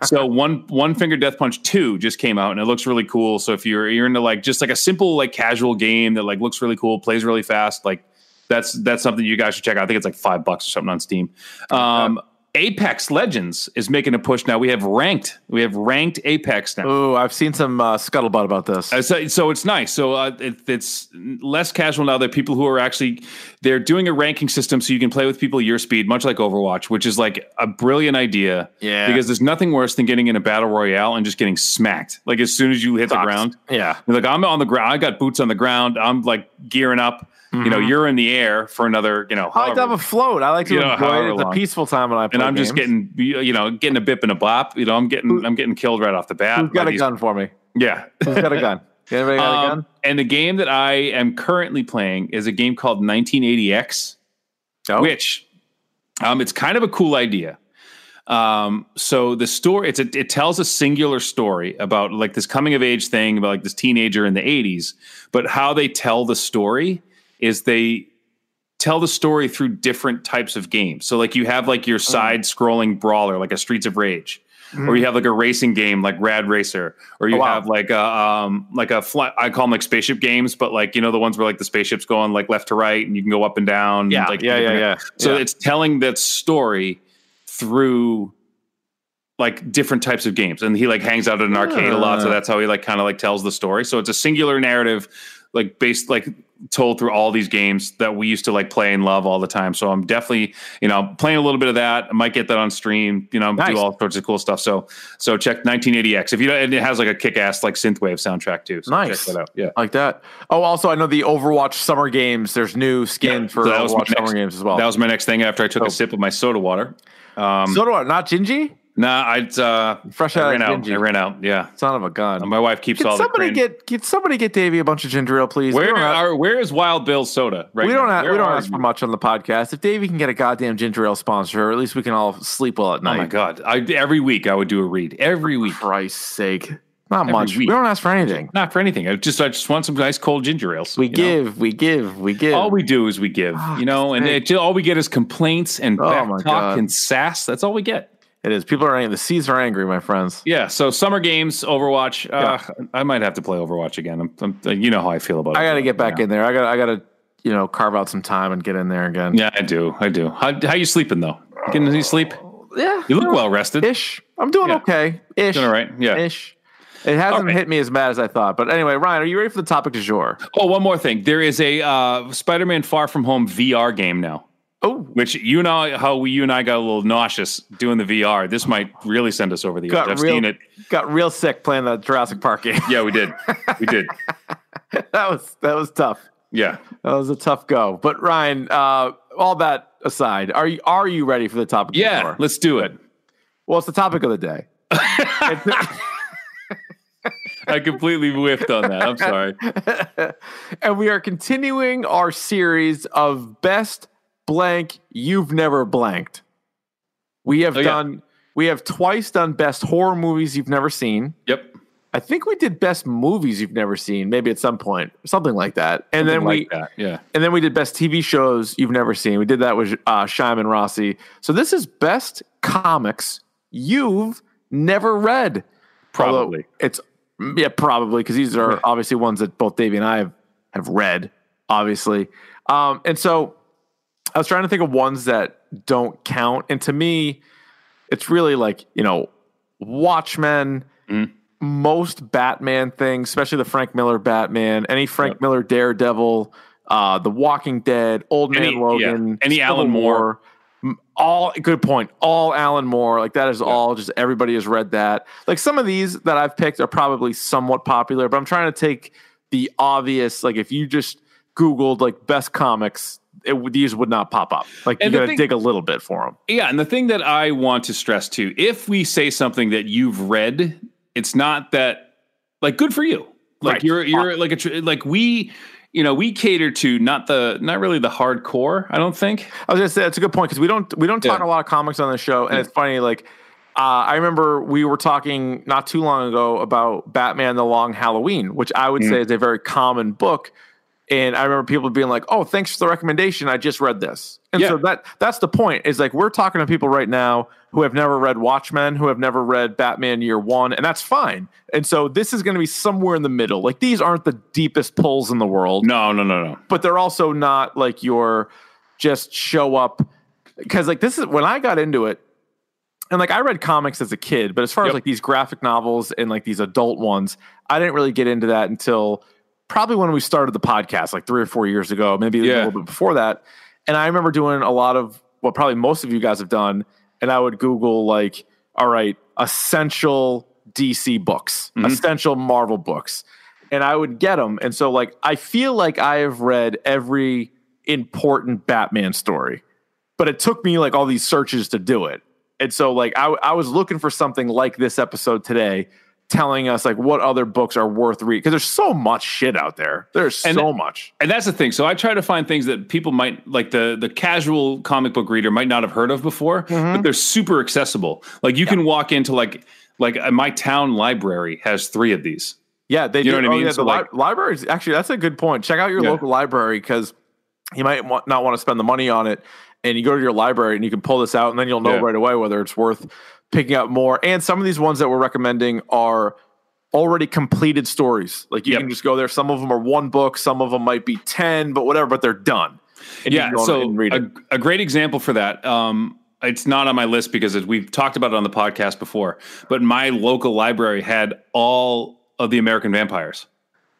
S3: so one one finger death punch two just came out and it looks really cool. So if you're you're into like just like a simple like casual game that like looks really cool, plays really fast, like that's that's something you guys should check out. I think it's like five bucks or something on Steam. Um, Apex Legends is making a push now. We have ranked. We have ranked Apex now.
S2: Ooh, I've seen some uh, scuttlebutt about this.
S3: Uh, So, so it's nice. So uh, it, it's less casual now. There are people who are actually they're doing a ranking system so you can play with people your speed, much like Overwatch, which is like a brilliant idea.
S2: Yeah.
S3: Because there's nothing worse than getting in a battle royale and just getting smacked. Like as soon as you hit the
S2: Sucks.
S3: ground,
S2: Yeah.
S3: you're like I'm on the ground. I got boots on the ground. I'm like gearing up. You
S2: Mm-hmm.
S3: know, you're in the air for another. You know,
S2: I like to have
S3: however-
S2: a float. I like to
S3: You know,
S2: enjoy
S3: however
S2: it. It's a
S3: long.
S2: peaceful time when I play
S3: and I'm just
S2: games.
S3: getting you know getting a bip and a bop. You know, I'm getting I'm getting killed right off the bat.
S2: Who's got
S3: by
S2: a
S3: these-
S2: gun for me?
S3: Yeah. [laughs]
S2: Who's got a [laughs] gun? Anybody got a
S3: Um,
S2: gun?
S3: And the game that I am currently playing is a game called 1980X,
S2: Oh.
S3: which um, it's kind of a cool idea. Um, so the story it's a, it tells a singular story about like this coming of age thing about like this teenager in the 80s, but how they tell the story is they tell the story through different types of games. So like you have like
S2: Mm.
S3: your side scrolling brawler like a Streets of Rage or you have like a racing game like Rad Racer or you
S2: Oh, wow.
S3: have like a um like a fly, I call them like spaceship games but like you know the ones where like the spaceship's going like left to right and you can go up and down
S2: Yeah,
S3: like
S2: yeah, yeah,
S3: different-
S2: yeah.
S3: So
S2: Yeah.
S3: it's telling that story through like different types of games and he like hangs out at an arcade a lot so
S2: Ah.
S3: that's how he like kind of like tells the story so it's a singular narrative like based like told through all these games that we used to like play and love all the time so i'm definitely you know playing a little bit of that i might get that on stream you know
S2: Nice.
S3: do all sorts of cool stuff so so check 1980x if you don't and it has like a kick-ass like synthwave soundtrack too so
S2: Nice.
S3: check that out yeah
S2: like that. Oh, also I know the Overwatch summer games. There's new skin for
S3: So that was my
S2: Overwatch
S3: next-
S2: summer games as well.
S3: that was my next thing after i took
S2: Oh.
S3: a sip of my soda water um
S2: so do I. Not Gingy.
S3: nah i uh
S2: Fresh
S3: I
S2: out
S3: ran
S2: of
S3: out
S2: Gingy.
S3: i ran out yeah
S2: Son of a gun.
S3: my wife keeps
S2: Can
S3: all the
S2: somebody
S3: cran-
S2: get can somebody get Davey a bunch of ginger ale, please?
S3: Where
S2: we don't,
S3: are where is Wild Bill's soda? Right
S2: we don't,
S3: now?
S2: ask,
S3: Where
S2: we don't
S3: are
S2: ask for
S3: you?
S2: much on the podcast. If Davey can get a goddamn ginger ale sponsor, or at least we can all sleep well at
S3: Oh
S2: night.
S3: my god! I, every week I would do a read. Every
S2: [sighs]
S3: week,
S2: Christ's sake. Not
S3: Every
S2: much.
S3: week.
S2: We don't ask for anything.
S3: not for anything. I just I just want some nice cold ginger ales.
S2: We
S3: you know?
S2: give, we give, we give.
S3: All we do is we give, you know, and
S2: sake.
S3: it, all we get is complaints and
S2: Oh
S3: back
S2: my
S3: talk
S2: God.
S3: and sass. That's all we get.
S2: it is. People are angry. The seas are angry, my friends.
S3: Yeah. So summer games, Overwatch. Uh, I might have to play Overwatch again. I'm, I'm, you know how I feel about it.
S2: I gotta get back in there. I gotta I gotta, you know, carve out some time and get in there again.
S3: Yeah, I do. I do. How how you sleeping though? Getting any sleep?
S2: Yeah.
S3: You look well rested.
S2: Ish. I'm doing
S3: Yeah.
S2: okay. Ish.
S3: Doing all right. Yeah.
S2: Ish. It hasn't
S3: right.
S2: hit me as bad as I thought. But anyway, Ryan, are you ready for the topic du jour?
S3: Oh, one more thing. There is a uh, Spider-Man Far From Home VR game now.
S2: Oh,
S3: Which you know how we, you and I got a little nauseous doing the VR. This might really send us over the edge.
S2: Got
S3: I've
S2: real-
S3: seen it.
S2: got real sick playing the Jurassic Park game. [laughs]
S3: Yeah, we did. We did.
S2: that was that was tough.
S3: Yeah.
S2: That was a tough go. But Ryan, uh, all that aside, are you are you ready for the topic? du
S3: Yeah.
S2: jour?
S3: Let's do it.
S2: well, it's the topic of the day.
S3: [laughs] I completely whiffed on that. I'm sorry.
S2: [laughs] and we are continuing our series of best blank you've never blanked. We have
S3: Oh, yeah.
S2: done we have twice done best horror movies you've never seen.
S3: Yep.
S2: I think we did best movies you've never seen, maybe at some point, something like that. And then we
S3: Like that. Yeah.
S2: and then we did best TV shows you've never seen. We did that with uh, Shyam and Rossi. So this is best comics you've never read. Although
S3: Probably.
S2: it's mm, yeah, probably because these are obviously ones that both Davey and I have, have read, obviously. Um, and so I was trying to think of ones that don't count, and to me, it's really like you know, Watchmen,
S3: Mm.
S2: most Batman things, especially the Frank Miller Batman, any Frank Miller Daredevil, uh, The Walking Dead, Old Man
S3: Any- yeah,
S2: Logan,
S3: any
S2: Civil
S3: Alan Moore.
S2: War all good point. All Alan Moore, like that is all just everybody has read that. Like some of these that I've picked are probably somewhat popular, but I'm trying to take the obvious. Like if you just Googled like best comics, it, would- these would not pop up. Like you
S3: And the
S2: got to
S3: thing-
S2: dig a little bit for them.
S3: Yeah, and the thing that I want to stress too, if we say something that you've read, it's not that like good for you. Like
S2: Right.
S3: you're you're like a tr- like we you know we cater to not the not really the hardcore. I don't think.
S2: I was gonna say that's a good point because we don't we don't talk
S3: Yeah. Hmm.
S2: a lot of comics on the show, and it's funny. Like uh, I remember we were talking not too long ago about Batman: The Long Halloween, which I
S3: Hmm.
S2: would say is a very common book. And I remember people being like, "Oh, thanks for the recommendation. I just read this." And so
S3: Yeah.
S2: that that's the point is like we're talking to people right now who have never read Watchmen, who have never read Batman Year One, and that's fine. And so this is going to be somewhere in the middle. Like these aren't the deepest pulls in the world
S3: No, no, no, no.
S2: but they're also not like your just show up because like this is when I got into it and like I read comics as a kid, but as far as
S3: Yep.
S2: like these graphic novels and like these adult ones, I didn't really get into that until probably when we started the podcast like 3 or 4 years ago, maybe a
S3: Yeah.
S2: little bit before that. And I remember doing a lot of what probably most of you guys have done and I would google like all right, essential DC books,
S3: Mm-hmm.
S2: essential Marvel books and I would get them. And so, like, I feel like I have read every important Batman story, but it took me like all these searches to do it. And so, like, I, I was looking for something like this episode today telling us like what other books are worth reading because there's so much shit out there. There's
S3: And-
S2: so much.
S3: And that's the thing. So I try to find things that people might like the the casual comic book reader might not have heard of before, but they're super accessible. Like you can walk into like like uh, my town library has three of these.
S2: Yeah, they do.
S3: You know what I
S2: oh,
S3: mean?
S2: Yeah, the
S3: So, like-
S2: li- libraries actually that's a good point. Check out your
S3: Yeah.
S2: local library because you might wa- not want to spend the money on it. And you go to your library and you can pull this out, and then you'll know
S3: Yeah.
S2: right away whether it's worth picking up more. And some of these ones that we're recommending are already completed stories. Like you
S3: Yep.
S2: can just go there. Some of them are one book, some of them might be ten, but whatever. But they're done. And you
S3: yeah,
S2: can go
S3: so
S2: and read it.
S3: a, a great example for that. Um, it's not on my list because it, we've talked about it on the podcast before. But my local library had all of the American vampires.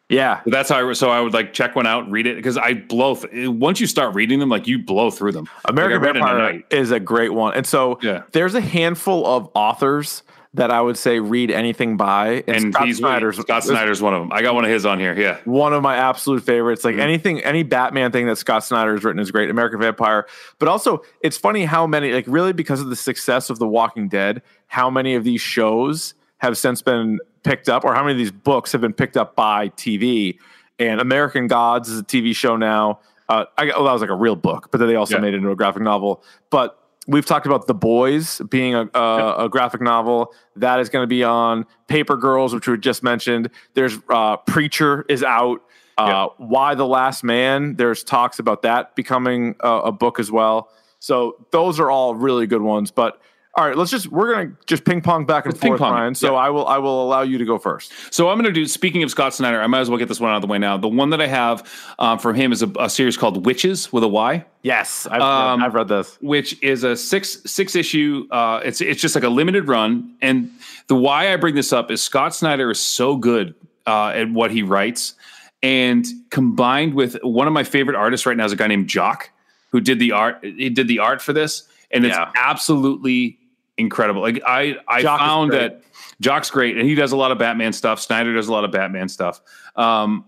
S2: yeah,
S3: But that's how I so I would like check one out, read it because I blow th- once you start reading them, like you blow through them.
S2: American
S3: Like, I read it in a
S2: Vampire
S3: night.
S2: is a great one. And so
S3: Yeah.
S2: there's a handful of authors that I would say read anything by.
S3: and
S2: Scott
S3: he's
S2: Snyder's-
S3: Scott Snyder's one of them. I got one of his on here. Yeah,
S2: one of my absolute favorites.
S3: Mm-hmm.
S2: Like anything, any Batman thing that Scott Snyder has written is great. American Vampire, but also it's funny how many, like really because of the success of The Walking Dead, how many of these shows have since been picked up, or how many of these books have been picked up by TV. And American Gods is a TV show now. Uh, I, well, that was like a real book, but then they also
S3: Yeah.
S2: made it into a graphic novel. But we've talked about The Boys being a, a, a graphic novel that is going to be on Paper Girls, which we just mentioned. There's uh, Preacher is out. Uh, Why the Last Man? There's talks about that becoming a, a book as well. So those are all really good ones. But all right, let's just we're gonna just ping pong back and
S3: Let's ping
S2: forth,
S3: pong it.
S2: Ryan. So
S3: Yeah.
S2: I will I will allow you to go first.
S3: So I'm going to do. Speaking of Scott Snyder, I might as well get this one out of the way now. The one that I have um, from him is a, a series called Witches with a Y,
S2: Yes, I've,
S3: Um,
S2: I've read this.
S3: which is a six six issue. Uh, it's it's just like a limited run. And the why I bring this up is Scott Snyder is so good uh, at what he writes, and combined with one of my favorite artists right now is a guy named Jock, who did the art. He did the art for this, and it's
S2: Yeah.
S3: absolutely incredible. Like I I
S2: Jock is
S3: found
S2: great.
S3: that Jock's great, and he does a lot of Batman stuff. Snyder does a lot of Batman stuff. Um,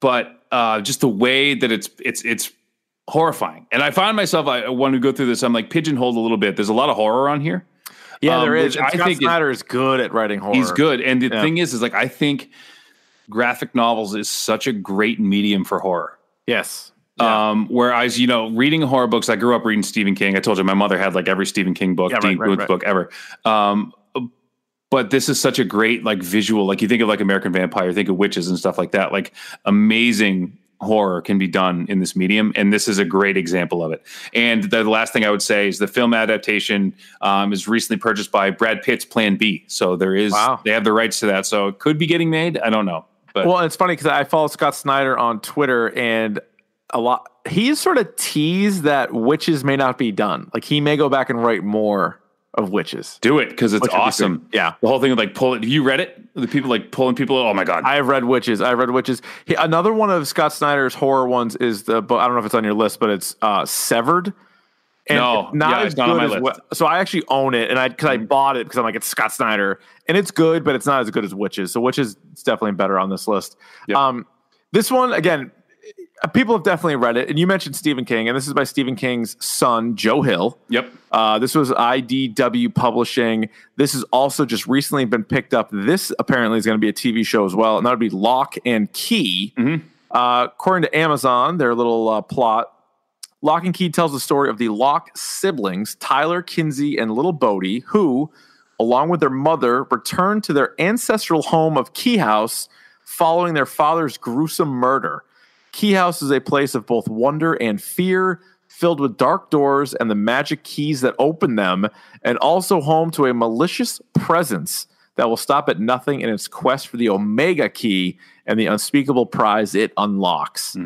S3: but uh, just the way that it's it's it's horrifying. And I find myself I want to go through this. I'm like pigeonholed a little bit. There's a lot of horror on here.
S2: Yeah,
S3: um,
S2: there is.
S3: which
S2: And
S3: I
S2: Scott
S3: think is-
S2: Snyder is, good at writing horror.
S3: He's good. And the
S2: Yeah.
S3: thing is, is like I think graphic novels is such a great medium for horror.
S2: Yes.
S3: Um, whereas, you know, reading horror books, I grew up reading Stephen King. I told you my mother had like every Stephen King book,
S2: Yeah, right,
S3: Dean
S2: right,
S3: Boone's
S2: right.
S3: book ever. Um, but this is such a great like visual, like you think of like American Vampire, think of witches and stuff like that. Like amazing horror can be done in this medium, and this is a great example of it. And the last thing I would say is the film adaptation um, is recently purchased by Brad Pitt's Plan B. So there is
S2: Wow.
S3: they have the rights to that. So it could be getting made. I don't know. But
S2: Well, it's funny because I follow Scott Snyder on Twitter and a lot he's sort of teased that witches may not be done. Like he may go back and write more of witches.
S3: do it because it's
S2: Which would be
S3: awesome.
S2: great. Yeah.
S3: the whole thing of like pull it. You read it? The people like pulling people. Oh my god!
S2: I have read witches. I have read witches. He, another one of Scott Snyder's horror ones is the book. I don't know if it's on your list, but it's uh, Severed. And
S3: No.
S2: it's not
S3: Yeah,
S2: as
S3: it's not on
S2: good
S3: my
S2: as
S3: list. Mm.
S2: what- so I actually own it, and I because I bought it because I'm like it's Scott Snyder, and it's good, but it's not as good as Witches. So Witches is definitely better on this list.
S3: Yeah.
S2: Um, this one again, people have definitely read it, and you mentioned Stephen King, and this is by Stephen King's son, Joe Hill.
S3: yep.
S2: Uh, this was IDW Publishing. This has also just recently been picked up. This apparently is going to be a TV show as well, and that would be Lock and Key. Uh, according to Amazon, their little uh, plot, Lock and Key tells the story of the Lock siblings, Tyler, Kinsey, and little Bodie, who, along with their mother, returned to their ancestral home of Key House following their father's gruesome murder. Key House is a place of both wonder and fear, filled with dark doors and the magic keys that open them, and also home to a malicious presence that will stop at nothing in its quest for the Omega Key and the unspeakable prize it unlocks.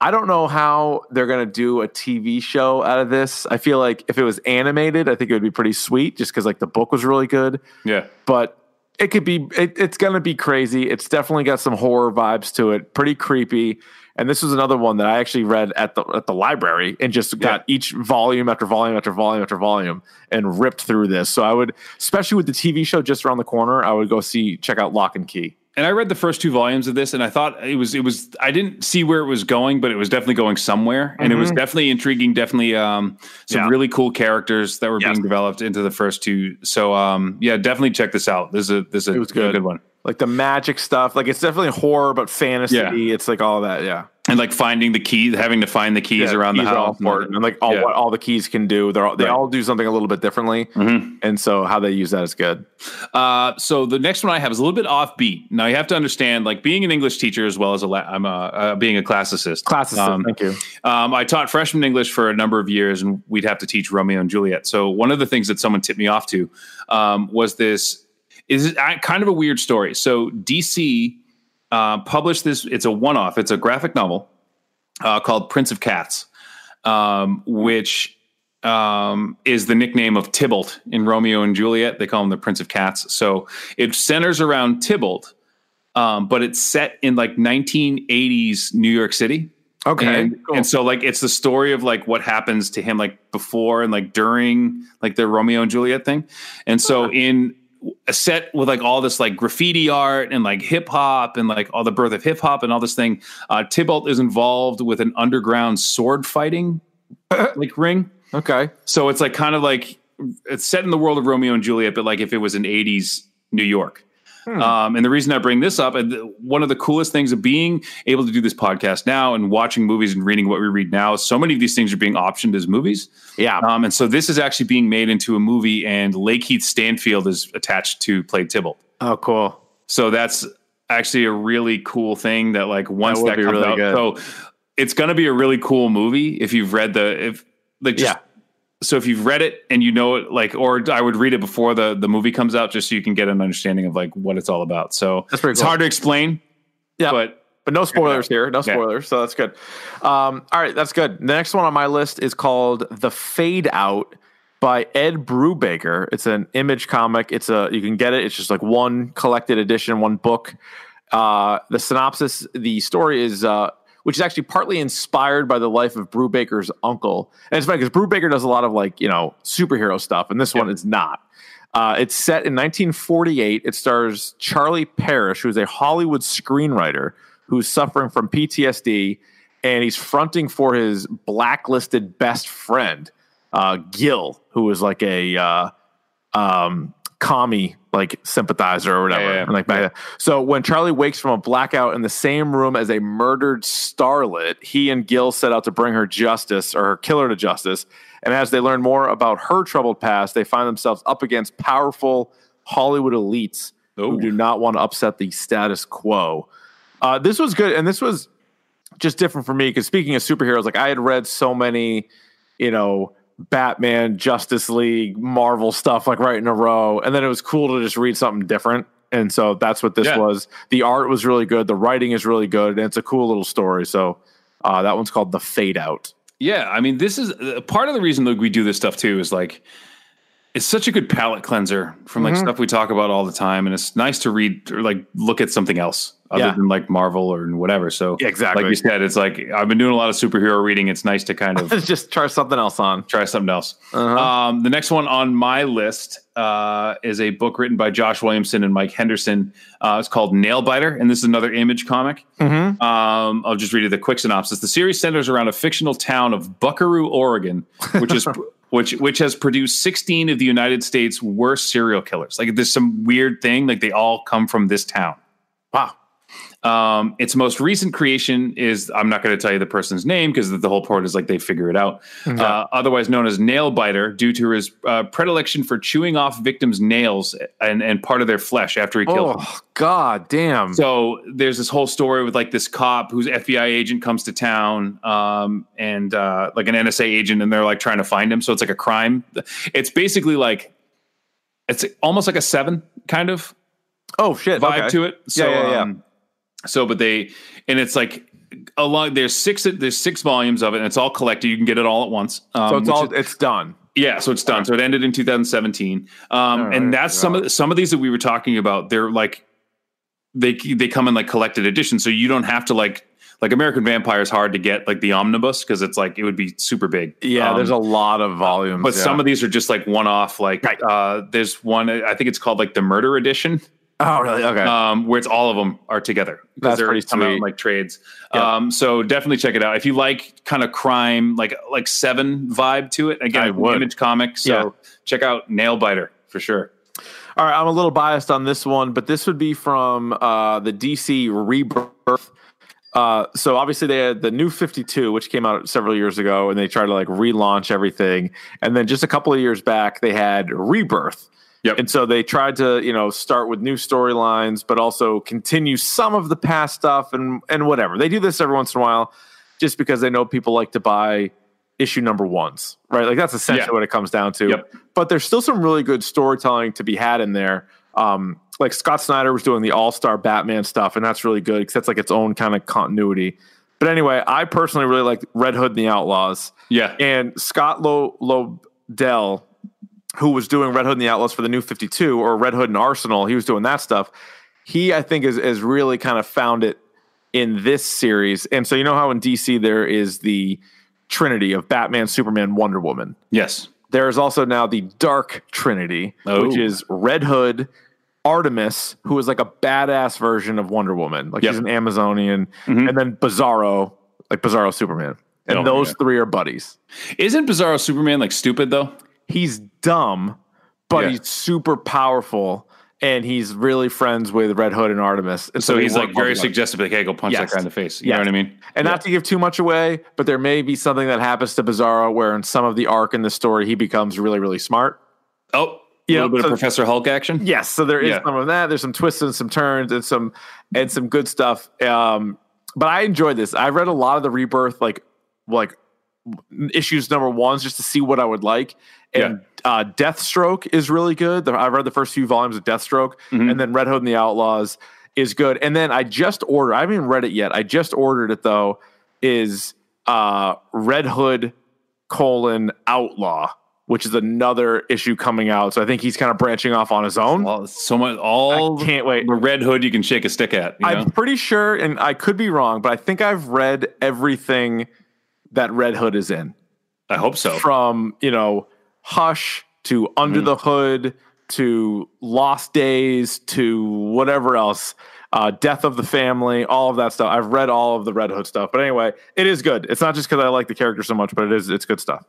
S2: I don't know how they're going to do a TV show out of this. I feel like if it was animated, I think it would be pretty sweet just because like the book was really good
S3: Yeah.
S2: but it could be it, it's going to be crazy it's definitely got some horror vibes to it pretty creepy and this was another one that i actually read at the at the library and just got each volume after volume after volume after volume and ripped through this so i would especially with the tv show just around the corner i would go see check out lock and key
S3: and I read the first two volumes of this, and I thought it was it was I didn't see where it was going, but it was definitely going somewhere, and it was
S2: Mm-hmm.
S3: definitely intriguing. Definitely um, some
S5: Yeah.
S3: really cool characters that were
S5: Yes.
S3: being developed into the first two. So um, yeah, definitely check this out. This is a this is a
S2: was
S3: good.
S2: good.
S3: good one.
S2: Like the magic stuff. Like it's definitely horror, but fantasy.
S3: Yeah.
S2: It's like all that. Yeah.
S3: And like finding the key, having to find the keys
S2: Yeah,
S3: around the
S2: keys are all
S3: house,
S2: important, and like oh, all
S3: Yeah.
S2: what all the keys can do. They're all, they
S3: Right. Mm-hmm.
S2: all do something a little bit differently, and so how they use that is good.
S3: Uh, so the next one I have is a little bit offbeat. Now you have to understand, like being an English teacher as well as a la- I'm a uh, being a classicist.
S2: Classicist,
S3: Um,
S2: thank you.
S3: Um, I taught freshman English for a number of years, and we'd have to teach Romeo and Juliet. So one of the things that someone tipped me off to um, was this is uh, kind of a weird story. So DC uh, published this. It's a one off. It's a graphic novel uh, called Prince of Cats, um, which um, is the nickname of Tybalt in Romeo and Juliet. They call him the Prince of Cats. So it centers around Tybalt, um, but it's set in like 1980s New York City.
S2: Okay,
S3: And,
S2: cool.
S3: and so like it's the story of like what happens to him like before and like during like the Romeo and Juliet thing. And
S2: Uh-huh.
S3: so in a set with like all this like graffiti art and like hip hop and like all the birth of hip hop and all this thing, uh Tybalt is involved with an underground sword
S2: [coughs]
S3: fighting like ring.
S2: okay,
S3: So it's like kind of like it's set in the world of Romeo and Juliet, but like if it was an 80s New York. Um, and the reason I bring this up, and the- one of the coolest things of being able to do this podcast now and watching movies and reading what we read now, so many of these things are being optioned as movies.
S2: yeah,
S3: Um, and so this is actually being made into a movie, and Lake Heath Stanfield is attached to play Tybalt.
S2: oh cool,
S3: So that's actually a really cool thing that like once
S2: would
S3: that,
S2: be
S3: comes
S2: really
S3: out,
S2: good.
S3: so it's going to be a really cool movie if you've read the if like just,
S2: Yeah.
S3: So if you've read it and you know it, like, or I would read it before the the movie comes out, just so you can get an understanding of like what it's all about. So
S2: That's pretty
S3: it's
S2: cool.
S3: hard to explain,
S2: yeah. But,
S3: but
S2: no spoilers here, no
S3: Yeah.
S2: spoilers, so that's good. Um, all right, that's good. The next one on my list is called "The Fade Out" by Ed Brubaker. It's an image comic. It's a you can get it. It's just like one collected edition, one book. Uh, the synopsis, the story is, uh, which is actually partly inspired by the life of Brubaker's uncle. And it's funny because Brubaker does a lot of like, you know, superhero stuff, and this one is not. Uh, it's set in 1948. It stars Charlie Parrish, who's a Hollywood screenwriter who's suffering from PTSD, and he's fronting for his blacklisted best friend, uh, Gil, who is like a uh, um, commie like sympathizer or whatever.
S3: Yeah, yeah, yeah.
S2: And, like back then. so when Charlie wakes from a blackout in the same room as a murdered starlet, he and Gil set out to bring her justice or her killer to justice. And as they learn more about her troubled past, they find themselves up against powerful Hollywood elites
S3: Ooh.
S2: who do not want to upset the status quo. Uh, this was good, and this was just different for me because speaking of superheroes, like I had read so many, you know, Batman, Justice League, Marvel stuff like right in a row, and then it was cool to just read something different. And so that's what this
S3: Yeah.
S2: was. The art was really good, the writing is really good, and it's a cool little story. So uh, that one's called "The Fade Out."
S3: Yeah, I mean, this is uh, part of the reason Luke we do this stuff too is like it's such a good palate cleanser from
S2: Mm-hmm.
S3: like stuff we talk about all the time, and it's nice to read or like look at something else other
S2: Yeah.
S3: than like Marvel or whatever. So
S2: Yeah, exactly.
S3: like you said, it's like I've been doing a lot of superhero reading. It's nice to kind
S2: [laughs]
S3: of
S2: Let's [laughs] just try something else on.
S3: try something else. Um, the next one on my list uh, is a book written by Josh Williamson and Mike Henderson. Uh, it's called Nailbiter, and this is another image comic. Um, I'll just read you the quick synopsis. The series centers around a fictional town of Buckaroo, Oregon, which
S2: [laughs]
S3: is. Which, which has produced 16 of the United States' worst serial killers. Like, there's some weird thing. Like, they all come from this town.
S2: Wow.
S3: Um, its most recent creation is I'm not going to tell you the person's name because the whole part is like they figure it out.
S2: Mm-hmm.
S3: Uh, otherwise known as Nail Biter, due to his uh, predilection for chewing off victims' nails and, and part of their flesh after he kills them.
S2: Oh God, damn.
S3: So there's this whole story with like this cop whose FBI agent comes to town, um, and uh, like an NSA agent, and they're like trying to find him. So it's like a crime. It's basically like it's almost like a seven kind of
S2: oh shit.
S3: vibe
S2: okay.
S3: to it. So,
S2: yeah, yeah.
S3: Um, so, but they, and it's like along there's six there's six volumes of it, and it's all collected. You can get it all at once. Um,
S2: So it's
S3: which
S2: all
S3: is-
S2: it's done.
S3: yeah, so it's done. So it ended in 2017, um, and that's some of some of these that we were talking about. They're like they they come in like collected editions, so you don't have to like like American Vampire is hard to get like the omnibus because it's like it would be super big.
S2: Yeah,
S3: Um,
S2: there's a lot of volumes.
S3: but
S2: yeah.
S3: some of these are just like one off. Like uh, there's one I think it's called like the Murder Edition,
S2: Oh, really? Okay.
S3: um, where it's all of them are together. 'cause
S2: That's
S3: they're
S2: pretty
S3: coming out in,
S2: sweet.
S3: like trades.
S2: Yeah.
S3: Um, so definitely check it out if you like kind of crime, like like Seven vibe to it. Again,
S2: I
S3: it's an
S2: would.
S3: image comic. So check out Nailbiter for sure.
S2: All right, I'm a little biased on this one, but this would be from uh, the DC Rebirth. Uh, so obviously they had the new 52, which came out several years ago, and they tried to like relaunch everything. And then just a couple of years back, they had Rebirth.
S3: Yep.
S2: And so they tried to you know start with new storylines, but also continue some of the past stuff and and whatever. They do this every once in a while, just because they know people like to buy issue number ones, right? Like that's essentially
S3: Yeah.
S2: what it comes down to.
S3: Yep.
S2: But there's still some really good storytelling to be had in there. Um, like Scott Snyder was doing the All Star Batman stuff, and that's really good because that's like its own kind of continuity. But anyway, I personally really like Red Hood and the Outlaws,
S3: Yeah.
S2: and Scott Lo- Lobdell, who was doing Red Hood and the Outlaws for the New Fifty Two or Red Hood and Arsenal, he was doing that stuff. He, I think, is is really kind of found it in this series. And so you know how in DC there is the Trinity of Batman, Superman, Wonder Woman.
S3: yes.
S2: There is also now the Dark Trinity,
S3: Oh.
S2: which is Red Hood, Artemis, who is like a badass version of Wonder Woman. Like
S3: Yep. Mm-hmm.
S2: she's an Amazonian, and then Bizarro, like Bizarro Superman. And
S3: Oh,
S2: those
S3: yeah.
S2: three are buddies.
S3: Isn't Bizarro Superman like stupid though?
S2: He's dumb, but
S3: Yeah.
S2: he's super powerful. And he's really friends with Red Hood and Artemis. And
S3: So,
S2: they
S3: he's
S2: work
S3: like very
S2: well together.
S3: suggestive. Like, hey, go punch
S2: Yes.
S3: that guy in the face. You
S2: Yes.
S3: know what I mean?
S2: And not to give too much away, but there may be something that happens to Bizarro where in some of the arc in the story he becomes really, really smart.
S3: Oh,
S2: Yeah,
S3: a little bit
S2: so-
S3: of Professor Hulk action.
S2: Yes, so there is
S3: Yeah.
S2: some of that. There's some twists and some turns and some and some good stuff. Um, but I enjoyed this. I read a lot of the rebirth, like like issues number ones, just to see what I would like. And uh, Deathstroke is really good. The- I read the first few volumes of Deathstroke, and then Red Hood and the Outlaws is good. And then I just ordered. I haven't even read it yet. I just ordered it though. Is uh, Red Hood colon Outlaw, which is another issue coming out. So I think he's kind of branching off on his own.
S3: Well, so much all
S2: I can't wait.
S3: the red hood you can shake a stick at. You know?
S2: I'm pretty sure, and I could be wrong, but I think I've read everything that Red Hood is in.
S3: I hope so.
S2: [laughs] from you know hush to
S3: Mm.
S2: under the hood to lost days to whatever else uh, death of the family all of that stuff i've read all of the red hood stuff but anyway it is good it's not just because i like the character so much but it is it's good stuff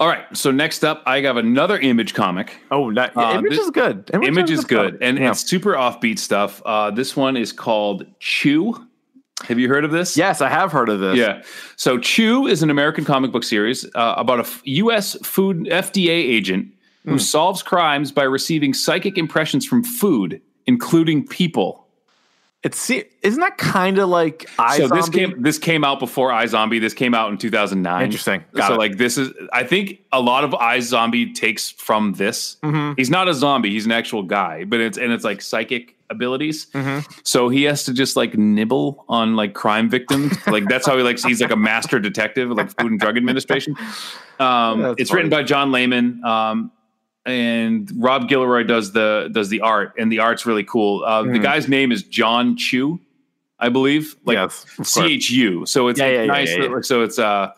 S3: All right. So next up, I have another image comic.
S2: oh that,
S3: Uh,
S2: image
S3: this-
S2: is good
S3: Image is good,
S2: solid.
S3: and
S2: Yeah.
S3: it's super offbeat stuff. Uh, this one is called Chew. Have you heard of this?
S2: yes i have heard of this
S3: Yeah. So Chew is an American comic book series uh, about a f- U.S. food FDA agent
S2: Hmm.
S3: who solves crimes by receiving psychic impressions from food, including people.
S2: it's see isn't that kind of like i
S3: so this came this came out before iZombie. This came out in 2009.
S2: Interesting. Got
S3: so
S2: it.
S3: like this is I think a lot of iZombie takes from this.
S2: Mm-hmm.
S3: He's not a zombie, he's an actual guy, but it's and it's like psychic abilities.
S2: Mm-hmm.
S3: So he has to just like nibble on like crime victims. [laughs] like that's how he likes he's like a master detective of, like Food and Drug Administration. Um
S2: That's
S3: it's written by John Lehman. Um and Rob Gilroy does the does the art, and the art's really cool. Uh,
S2: Mm.
S3: The guy's name is John Chu, I believe. Like
S2: Yes, of course.
S3: C H U. So it's
S2: Yeah,
S3: it's
S2: yeah, yeah,
S3: nice.
S2: yeah, yeah.
S3: that- So it's uh,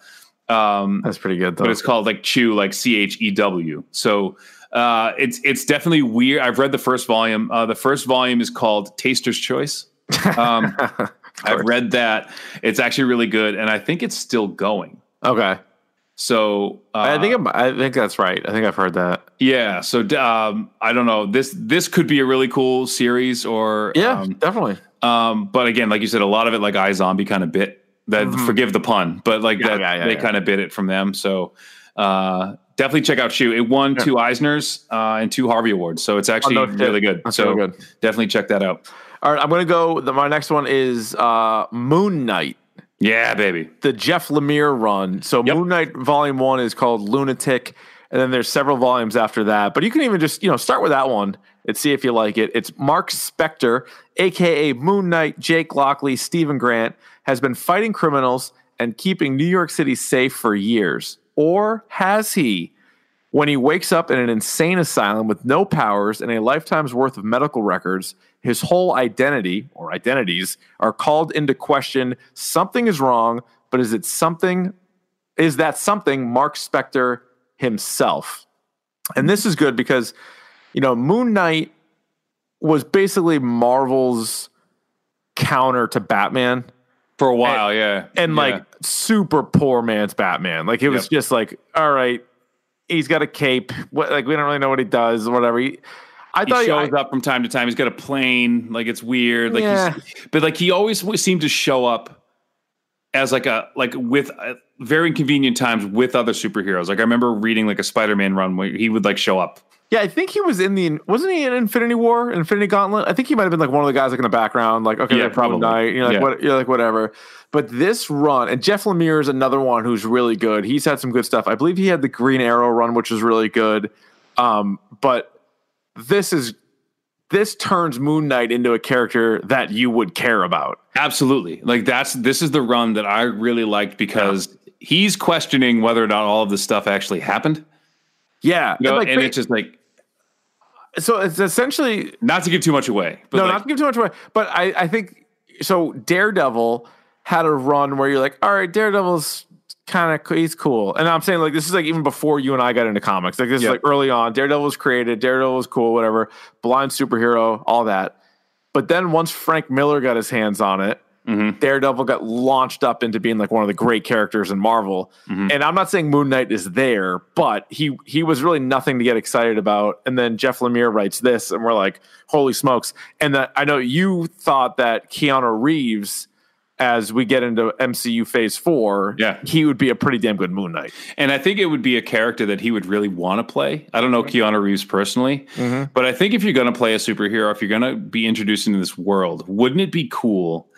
S3: um,
S2: that's pretty good though
S3: but it's called like Chew, like C H E W. So uh, it's it's definitely weird. I've read the first volume. Uh, the first volume is called Taster's Choice.
S2: [laughs]
S3: Um, I've read that. It's actually really good, and I think it's still going. Uh,
S2: okay
S3: So uh,
S2: i think I'm, i think that's right i think i've heard that
S3: yeah. So um, I don't know. This this could be a really cool series, or
S2: yeah
S3: um,
S2: definitely
S3: Um, but again, like you said, a lot of it like I Zombie kind of bit that. Forgive the pun, but like
S2: Mm-hmm. Yeah,
S3: that
S2: yeah, yeah,
S3: they
S2: yeah.
S3: kind of bit it from them. So uh, definitely check out Shoe. It won two Eisners uh, and two Harvey Awards, so it's actually
S2: no shit.
S3: really good.
S2: That's
S3: so
S2: really good.
S3: definitely check that out.
S2: all right i'm gonna go the, my next one is uh moon knight
S3: Yeah, baby.
S2: the Jeff Lemire run. So
S3: Yep.
S2: Moon Knight Volume One is called Lunatic, and then there's several volumes after that. But you can even just you know start with that one and see if you like it. It's Mark Spector, aka Moon Knight, Jake Lockley, Stephen Grant, has been fighting criminals and keeping New York City safe for years, or has he? When he wakes up in an insane asylum with no powers and a lifetime's worth of medical records, his whole identity or identities are called into question. Something is wrong, but is it something? Is that something Mark Spector himself? And this is good because, you know, Moon Knight was basically Marvel's counter to Batman
S3: for a while. yeah,
S2: and
S3: Yeah.
S2: like super poor man's Batman. Like it was
S3: Yep.
S2: just like, all right, he's got a cape. What like we don't really know what he does, whatever. He, I
S3: he
S2: thought
S3: shows
S2: I-
S3: up from time to time. He's got a plane. Like it's weird. Like
S2: Yeah.
S3: he's, but like he always w- seemed to show up as like a like with uh, very inconvenient times with other superheroes. Like I remember reading like a Spider-Man run where he would like show up.
S2: Yeah, I think he was in the wasn't he in Infinity War, Infinity Gauntlet? I think he might have been like one of the guys like in the background, like okay,
S3: Yeah,
S2: like, probably
S3: probably.
S2: night, you know, like
S3: Yeah.
S2: what, you're like whatever. But this run and Jeff Lemire is another one who's really good. He's had some good stuff. I believe he had the Green Arrow run, which was really good. Um, but this is this turns Moon Knight into a character that you would care about.
S3: Absolutely. Like that's this is the run that I really liked because he's questioning whether or not all of this stuff actually happened.
S2: Yeah,
S3: You know,
S2: and,
S3: and,
S2: like,
S3: it's just like
S2: so it's essentially
S3: not to give too much away, but
S2: no,
S3: like,
S2: not to give too much away. But I, I think so. Daredevil had a run where you're like, all right, Daredevil's kind of he's cool. And I'm saying like this is like even before you and I got into comics. Like this
S3: Yeah.
S2: is like early on. Daredevil was created. Daredevil was cool. Whatever. Blind superhero. All that. But then once Frank Miller got his hands on it, Daredevil got launched up into being like one of the great characters in Marvel. And I'm not saying Moon Knight is there, but he he was really nothing to get excited about. And then Jeff Lemire writes this, and we're like, holy smokes! And that I know you thought that Keanu Reeves, as we get into MCU Phase Four,
S3: Yeah.
S2: he would be a pretty damn good Moon Knight.
S3: And I think it would be a character that he would really want to play. I don't know Keanu Reeves personally,
S2: Mm-hmm.
S3: but I think if you're going to play a superhero, if you're going to be introduced into this world, wouldn't it be cool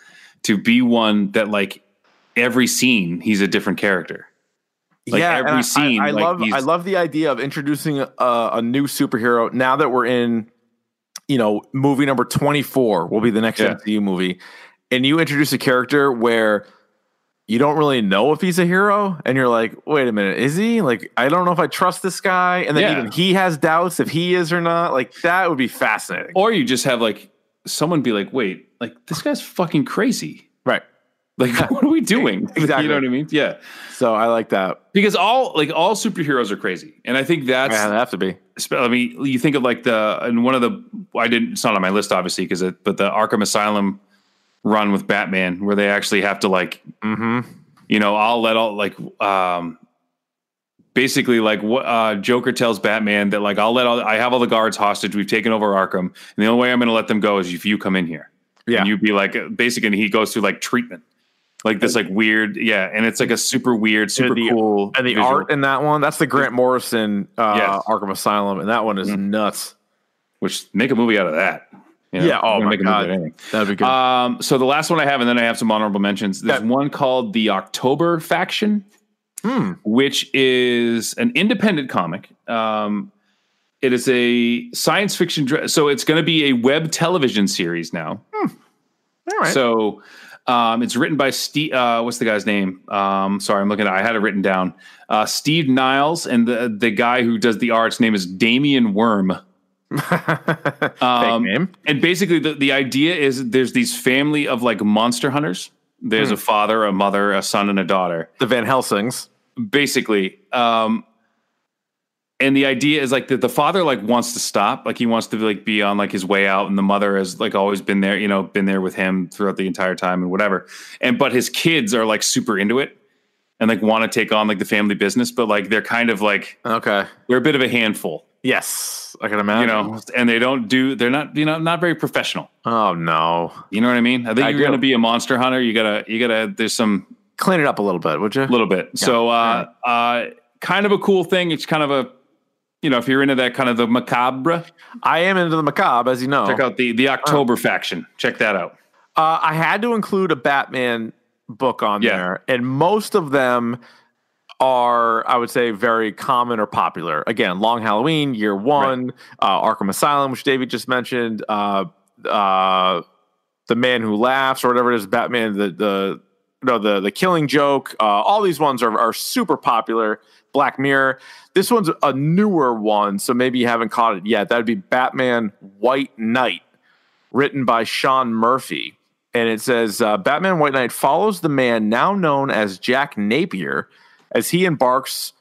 S3: to be one that like every scene he's a different character? Like, every
S2: and I-
S3: scene,
S2: I, I
S3: like,
S2: love
S3: he's-
S2: I love the idea of introducing a, a new superhero now that we're in, you know, movie number twenty four will be the next
S3: Yeah.
S2: MCU movie, and you introduce a character where you don't really know if he's a hero, and you're like, wait a minute, is he? Like, I don't know if I trust this guy, and then
S3: Yeah.
S2: even he has doubts if he is or not. Like, that would be fascinating,
S3: Or you just have like someone be like, "Wait, like this guy's fucking crazy.
S2: right?
S3: Like
S2: [laughs]
S3: what are we doing?" [laughs]
S2: Exactly.
S3: You know what I mean? Yeah.
S2: So I like that.
S3: Because all like all superheroes are crazy. And I think that's
S2: Yeah, have to be.
S3: spe- I mean, you think of like the and one of the I didn't. It's not on my list, obviously, because it. But the Arkham Asylum run with Batman, where they actually have to like,
S2: Mm-hmm.
S3: you know, I'll let all like, um, basically like what uh, Joker tells Batman that like I'll let all I have all the guards hostage. We've taken over Arkham, and the only way I'm going to let them go is if you come in here.
S2: Yeah.
S3: and you'd be like basically, and he goes through like treatment. Like this, like weird, yeah, and it's like a super weird, super
S2: the-
S3: cool,
S2: And the
S3: visual.
S2: art in that one, that's the Grant Morrison uh,
S3: Yes. Mm-hmm.
S2: Arkham Asylum, and that one is nuts.
S3: which make a movie out of that. you know?
S2: Yeah, oh
S3: Or
S2: my
S3: make a movie out
S2: God.
S3: of anything.
S2: That'd be good.
S3: Um, so the last one I have, and then I have some honorable mentions. There's
S2: Okay.
S3: one called the October Faction,
S2: Hmm.
S3: which is an independent comic. Um, it is a science fiction, dra- so it's going to be a web television series now.
S2: All right.
S3: So um, it's written by Steve. Uh, what's the guy's name? Um, sorry, I'm looking. At, I had it written down. Uh, Steve Niles, and the the guy who does the art's name is Damian
S2: [laughs]
S3: Worm. um,
S2: Fake name.
S3: And basically, the, the idea is there's these family of like monster hunters. There's a father, a mother, a son, and a daughter,
S2: The Van Helsings.
S3: basically. Um, and the idea is like that the father like wants to stop, like he wants to like be on like his way out, and the mother has like always been there, you know, been there with him throughout the entire time and whatever. And but his kids are like super into it and like want to take on like the family business, but like they're kind of like
S2: Okay.
S3: they're a bit of a handful,
S2: Yes, I can imagine.
S3: you know, and they don't do they're not you know not very professional.
S2: Oh no.
S3: You know what I mean? I think
S2: I
S3: you're
S2: do.
S3: going to be a monster hunter. You gotta, you gotta. There's some
S2: Clean it up a little bit, would you?
S3: little bit. So, uh, uh, kind of a cool thing. It's kind of a, you know, if you're into that kind of the macabre,
S2: I am into the macabre, as you know.
S3: check out the the October faction. Check that out.
S2: Uh, I had to include a Batman book on
S3: Yeah.
S2: there, and most of them are, I would say, very common or popular. Again, Long Halloween, Year One, uh, Arkham Asylum, which David just mentioned, uh, uh, The Man Who Laughs, or whatever it is, Batman, the the no, the the Killing Joke. Uh, all these ones are are super popular. Black Mirror. This one's a newer one, so maybe you haven't caught it yet. That'd be Batman White Knight written by Sean Murphy. And it says uh, Batman White Knight follows the man now known as Jack Napier as he embarks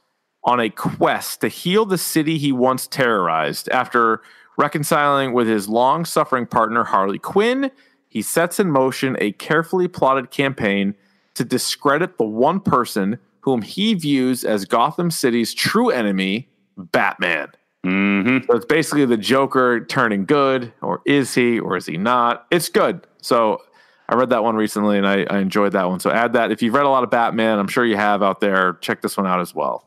S2: on a quest to heal the city he once terrorized after Reconciling with his long suffering partner, Harley Quinn, he sets in motion a carefully plotted campaign to discredit the one person whom he views as Gotham City's true enemy, Batman.
S3: Mm-hmm.
S2: So it's basically the Joker turning good, or is he, or is he not? It's good. So I read that one recently and I, I enjoyed that one. So add that. If you've read a lot of Batman, I'm sure you have out there, check this one out as well.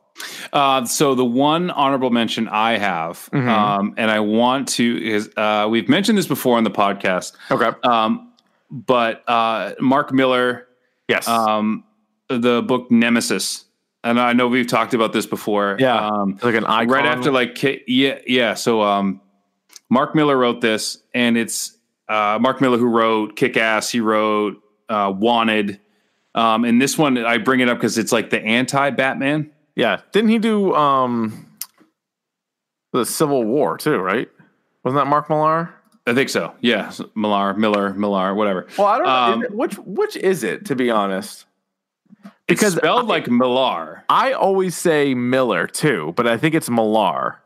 S3: Uh, so the one honorable mention I have,
S2: Mm-hmm.
S3: um, and I want to is uh, we've mentioned this before on the podcast,
S2: Okay.
S3: um, but uh, Mark Miller,
S2: yes.
S3: um, the book Nemesis, and I know we've talked about this before.
S2: yeah.
S3: Um,
S2: like an icon.
S3: right after like Ki- yeah yeah so um mark miller wrote this and it's uh mark miller who wrote kick ass he wrote uh wanted um and this one i bring it up because it's like the anti-batman
S2: Yeah. Didn't he do um the Civil War too, right? Wasn't that Mark Millar?
S3: i think so yeah so millar miller millar whatever
S2: Well, I don't
S3: Um,
S2: know. Is it- which which is it, to be honest? because
S3: because it's spelled
S2: I-
S3: like millar
S2: I always say Miller too, but I think it's Millar.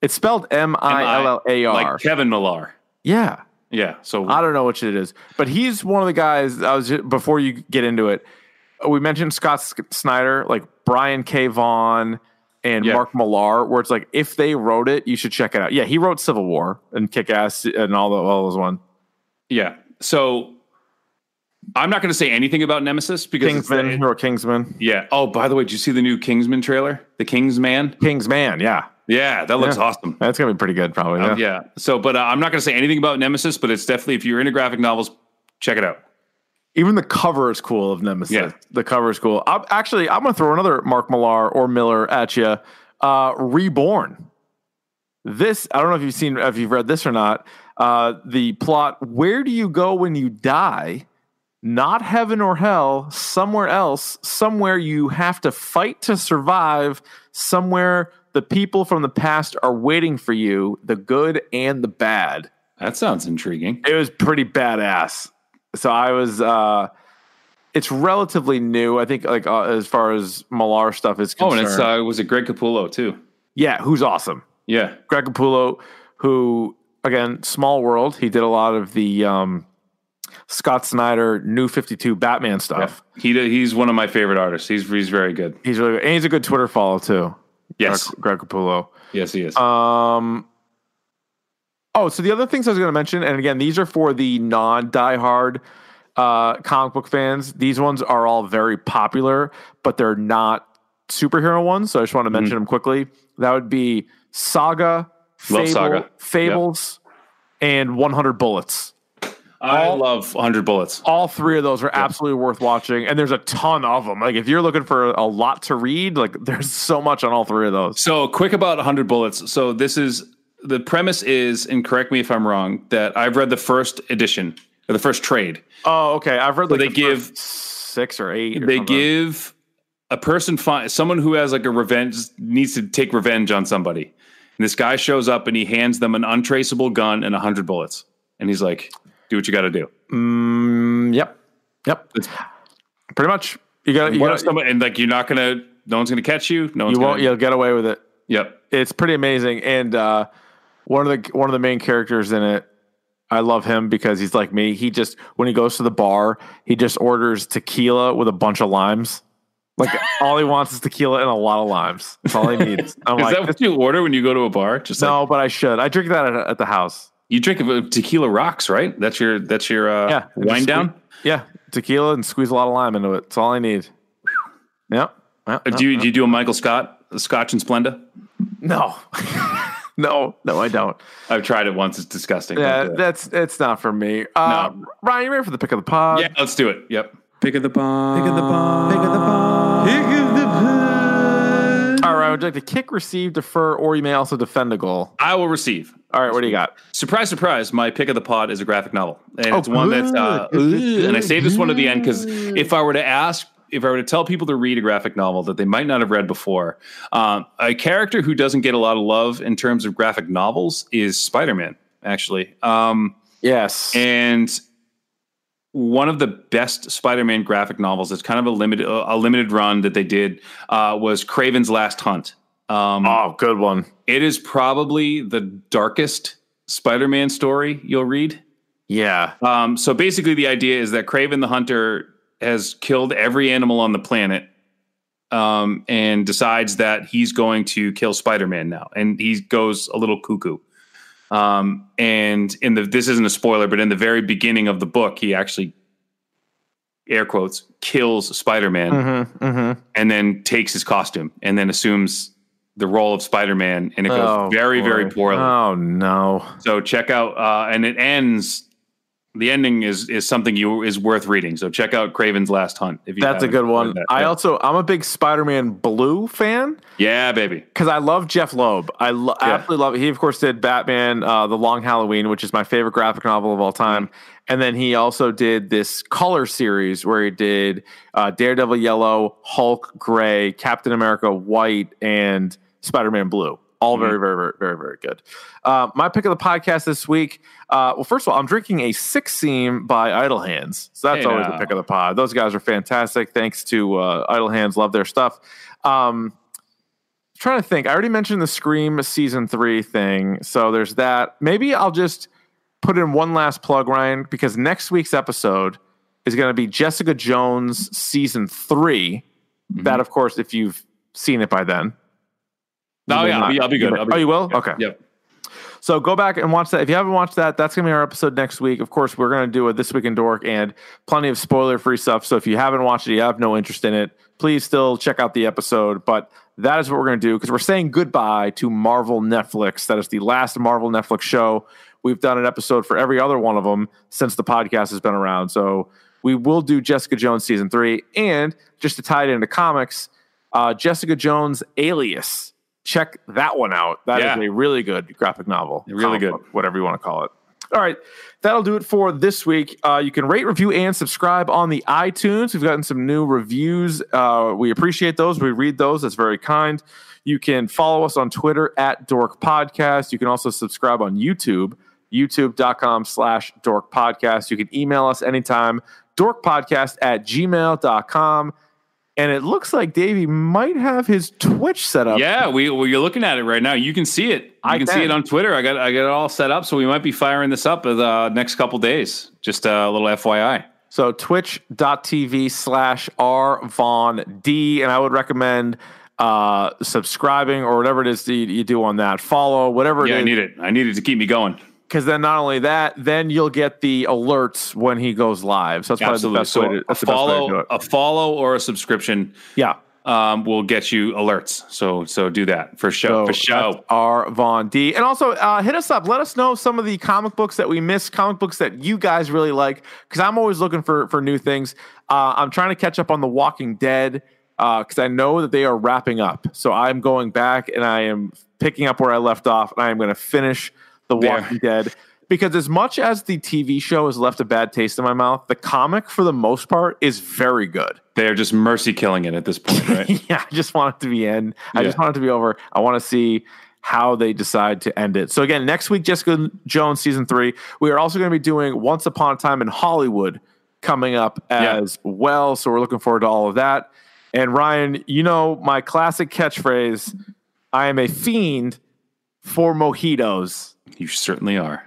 S2: It's spelled M I L L A R.
S3: like kevin millar
S2: Yeah.
S3: yeah so
S2: I don't know which it is, but he's one of the guys. I was just, before you get into it. We mentioned Scott S- Snyder, like Brian K. Vaughan and
S3: Yeah.
S2: Mark Millar, where it's like if they wrote it, you should check it out. Yeah, he wrote Civil War and Kick Ass and all the, all those one.
S3: yeah so i'm not going to say anything about nemesis because it's-
S2: Kingsman, he wrote Kingsman,
S3: yeah oh by the way did you see the new kingsman trailer the kingsman
S2: Kingsman. Yeah,
S3: yeah that looks
S2: Yeah.
S3: awesome
S2: that's gonna be pretty good, probably.
S3: Um,
S2: yeah.
S3: yeah. So, but uh, I'm not going to say anything about Nemesis, but it's definitely if you're into graphic novels, check it out.
S2: Even the cover is cool of Nemesis.
S3: Yeah.
S2: The cover is cool. I'm, actually, I'm gonna throw another Mark Millar or Miller at you. Uh, Reborn. This I don't know if you've seen if you've read this or not. Uh, the plot: Where do you go when you die? Not heaven or hell. Somewhere else. Somewhere you have to fight to survive. Somewhere the people from the past are waiting for you. The good and the bad
S3: That sounds intriguing.
S2: it was pretty badass. So I was uh it's relatively new. I think like uh, as far as Malar stuff is
S3: Oh,
S2: concerned.
S3: and it's uh, was it Greg Capullo too?
S2: yeah, who's awesome.
S3: Yeah.
S2: Greg Capullo who again, small world, he did a lot of the um Scott Snyder new 52 Batman stuff.
S3: He did- he's one of my favorite artists. He's he's very good.
S2: He's really good. And he's a good Twitter follow too. uh,
S3: Yes.
S2: Greg, Greg Capullo.
S3: Yes, he is.
S2: Um, oh, so the other things I was going to mention, and again, these are for the non diehard uh, comic book fans. These ones are all very popular, but they're not superhero ones. So I just
S3: Mm-hmm.
S2: want to mention them quickly. That would be Saga,
S3: Love Saga. Yeah.
S2: Fables, and 100 Bullets.
S3: I love 100 Bullets.
S2: All three of those are absolutely worth watching, and there's a ton of them. Like if you're looking for a lot to read, like [laughs] there's so much on all three of those.
S3: So, quick about 100 Bullets. So, this is the premise is, and correct me if I'm wrong, that I've read the first edition or the first trade.
S2: Oh, okay. I've read like
S3: they
S2: the
S3: give-
S2: first six or eight. or
S3: they
S2: something.
S3: give a person fi- someone who has like a revenge needs to take revenge on somebody and this guy shows up and he hands them an untraceable gun and 100 bullets and he's like do what you got to do
S2: Mm, yep. Yep. Pretty much. You got. You,
S3: What
S2: got,
S3: if somebody- and like you're not gonna no one's gonna catch you no one's
S2: you won't.
S3: gonna,
S2: You'll get away with it.
S3: yep
S2: It's pretty amazing. And uh, one of the one of the main characters in it, I love him because he's like me. He just when he goes to the bar, he just orders tequila with a bunch of limes. Like [laughs] all he wants is tequila and a lot of limes. That's all he
S3: [laughs]
S2: needs. I'm
S3: is
S2: like,
S3: that what you order when you go to a bar just like
S2: no, but I should. I drink that at, at the house.
S3: you drink uh, tequila rocks right that's your that's your uh
S2: Yeah, and
S3: wine
S2: just
S3: down
S2: squeeze- Yeah, tequila and squeeze a lot of lime into it. That's all I need. Yep. yep.
S3: Uh, do you do you do a michael scott a scotch and splenda
S2: No. [laughs] no, no, I don't.
S3: i've tried it once it's disgusting Don't
S2: Yeah,
S3: do it.
S2: that's it's not for me. Uh,
S3: No.
S2: Ryan, you ready for the pick of the pod?
S3: yeah let's do it yep pick of the bomb
S4: Pick of the bomb. Pick of the bomb.
S2: All right, would you like to kick, receive, defer, or you may also defend a goal?
S3: i will receive
S2: All right, what do you got?
S3: Surprise, surprise! My pick of the pod is a graphic novel, and it's
S2: Oh,
S3: one that's. Uh,
S2: good, good,
S3: ooh, and I saved this one to the end because if I were to ask, if I were to tell people to read a graphic novel that they might not have read before, um, a character who doesn't get a lot of love in terms of graphic novels is Spider-Man. Actually, um,
S2: Yes.
S3: and one of the best Spider-Man graphic novels. It's kind of a limited a limited run that they did uh, was Craven's Last Hunt. Um,
S2: oh, good one.
S3: it is probably the darkest Spider-Man story you'll read.
S2: Yeah.
S3: Um, so basically, the idea is that Craven the Hunter has killed every animal on the planet um, and decides that he's going to kill Spider Man now. And he goes a little cuckoo. Um, and in the this isn't a spoiler, but in the very beginning of the book, he actually air quotes kills Spider Man
S2: Mm-hmm.
S3: and then takes his costume and then assumes the role of Spider Man, and it goes
S2: Oh,
S3: very very
S2: boy.
S3: poorly.
S2: Oh no.
S3: So check out, uh, and it ends. The ending is is something you is worth reading. So check out Craven's Last Hunt. If you
S2: That's a
S3: haven't
S2: good one.
S3: read that.
S2: I
S3: Yeah.
S2: also I'm a big Spider-Man Blue fan
S3: yeah, baby.
S2: because I love Jeff Loeb. I lo-
S3: Yeah.
S2: absolutely love it. He of course did Batman: uh, The Long Halloween, which is my favorite graphic novel of all
S3: Mm-hmm.
S2: time, and then he also did this color series where he did uh, Daredevil Yellow, Hulk Gray, Captain America White, and Spider-Man Blue.
S3: Mm-hmm.
S2: All very, very, very, very, very good. Uh, my pick of the podcast this week. Uh, well, first of all, I'm drinking a six seam by Idle Hands, so that's
S3: Hey,
S2: always
S3: now.
S2: a pick of the pod. Those guys are fantastic. Thanks to uh, Idle Hands, love their stuff. Um, trying to think. I already mentioned the Scream season three thing, so there's that. Maybe I'll just put in one last plug, Ryan, because next week's episode is going to be Jessica Jones season 3
S3: Mm-hmm.
S2: That, of course, if you've seen it by then.
S3: No,
S2: You may
S3: Oh, yeah, I'll be,
S2: not.
S3: I'll be good.
S2: You may-
S3: I'll be
S2: oh, you will?
S3: Yep.
S2: Okay.
S3: Yep.
S2: So go back and watch that. If you haven't watched that, that's going to be our episode next week. Of course, we're going to do a This Week in Dork and plenty of spoiler free stuff. So if you haven't watched it, you have no interest in it, please still check out the episode. But that is what we're going to do because we're saying goodbye to Marvel Netflix. That is the last Marvel Netflix show. We've done an episode for every other one of them since the podcast has been around. So we will do Jessica Jones season three. And just to tie it into comics, uh, Jessica Jones Alias. Check that one out. That is
S3: Yeah.
S2: a a really good graphic novel.
S3: Really
S2: comic
S3: good.
S2: book, whatever you want to call it. All right. That'll do it for this week. Uh, you can rate, review, and subscribe on the iTunes. We've gotten some new reviews. Uh, we appreciate those. We read those. That's very kind. You can follow us on Twitter at Dork Podcast. You can also subscribe on YouTube, youtube.com slash dork podcast. You can email us anytime, dorkpodcast at gmail.com. And it looks like Davey might have his Twitch set up.
S3: Yeah, we well, you're looking at it right now. You can see it. You
S2: I
S3: can, see
S2: can.
S3: it on Twitter. I got I got it all set up, so we might be firing this up in the next couple days. Just uh, a little FYI.
S2: So twitch.tv slash rvon And I would recommend uh, subscribing or whatever it is that you, you do on that. Follow, whatever
S3: Yeah, I
S2: it
S3: need
S2: is.
S3: it. I need it to keep me going.
S2: Because then not only that, then you'll get the alerts when he goes live. So that's probably the
S3: Absolutely.
S2: best
S3: So
S2: way to
S3: a
S2: that's the best way to
S3: follow,
S2: do it.
S3: a follow, or a subscription
S2: Yeah.
S3: um, will get you alerts. So so do that for show for show.
S2: R Von D. And also uh, hit us up. Let us know some of the comic books that we miss, comic books that you guys really like. Because I'm always looking for for new things. Uh, I'm trying to catch up on The Walking Dead because I know that they are wrapping up. So I'm going back and I am picking up where I left off, and I am going to finish The
S3: There.
S2: Walking Dead. Because as much as the TV show has left a bad taste in my mouth, the comic for the most part is very good.
S3: They're just mercy killing it at this point, right?
S2: [laughs] yeah, I just want it to be end. I just
S3: Yeah.
S2: want it to be over. I want to see how they decide to end it. So again, next week, Jessica Jones season three. We are also going to be doing Once Upon a Time in Hollywood coming up
S3: Yeah.
S2: as well. So we're looking forward to all of that. And Ryan, you know my classic catchphrase: "I am a fiend for mojitos."
S3: you certainly are.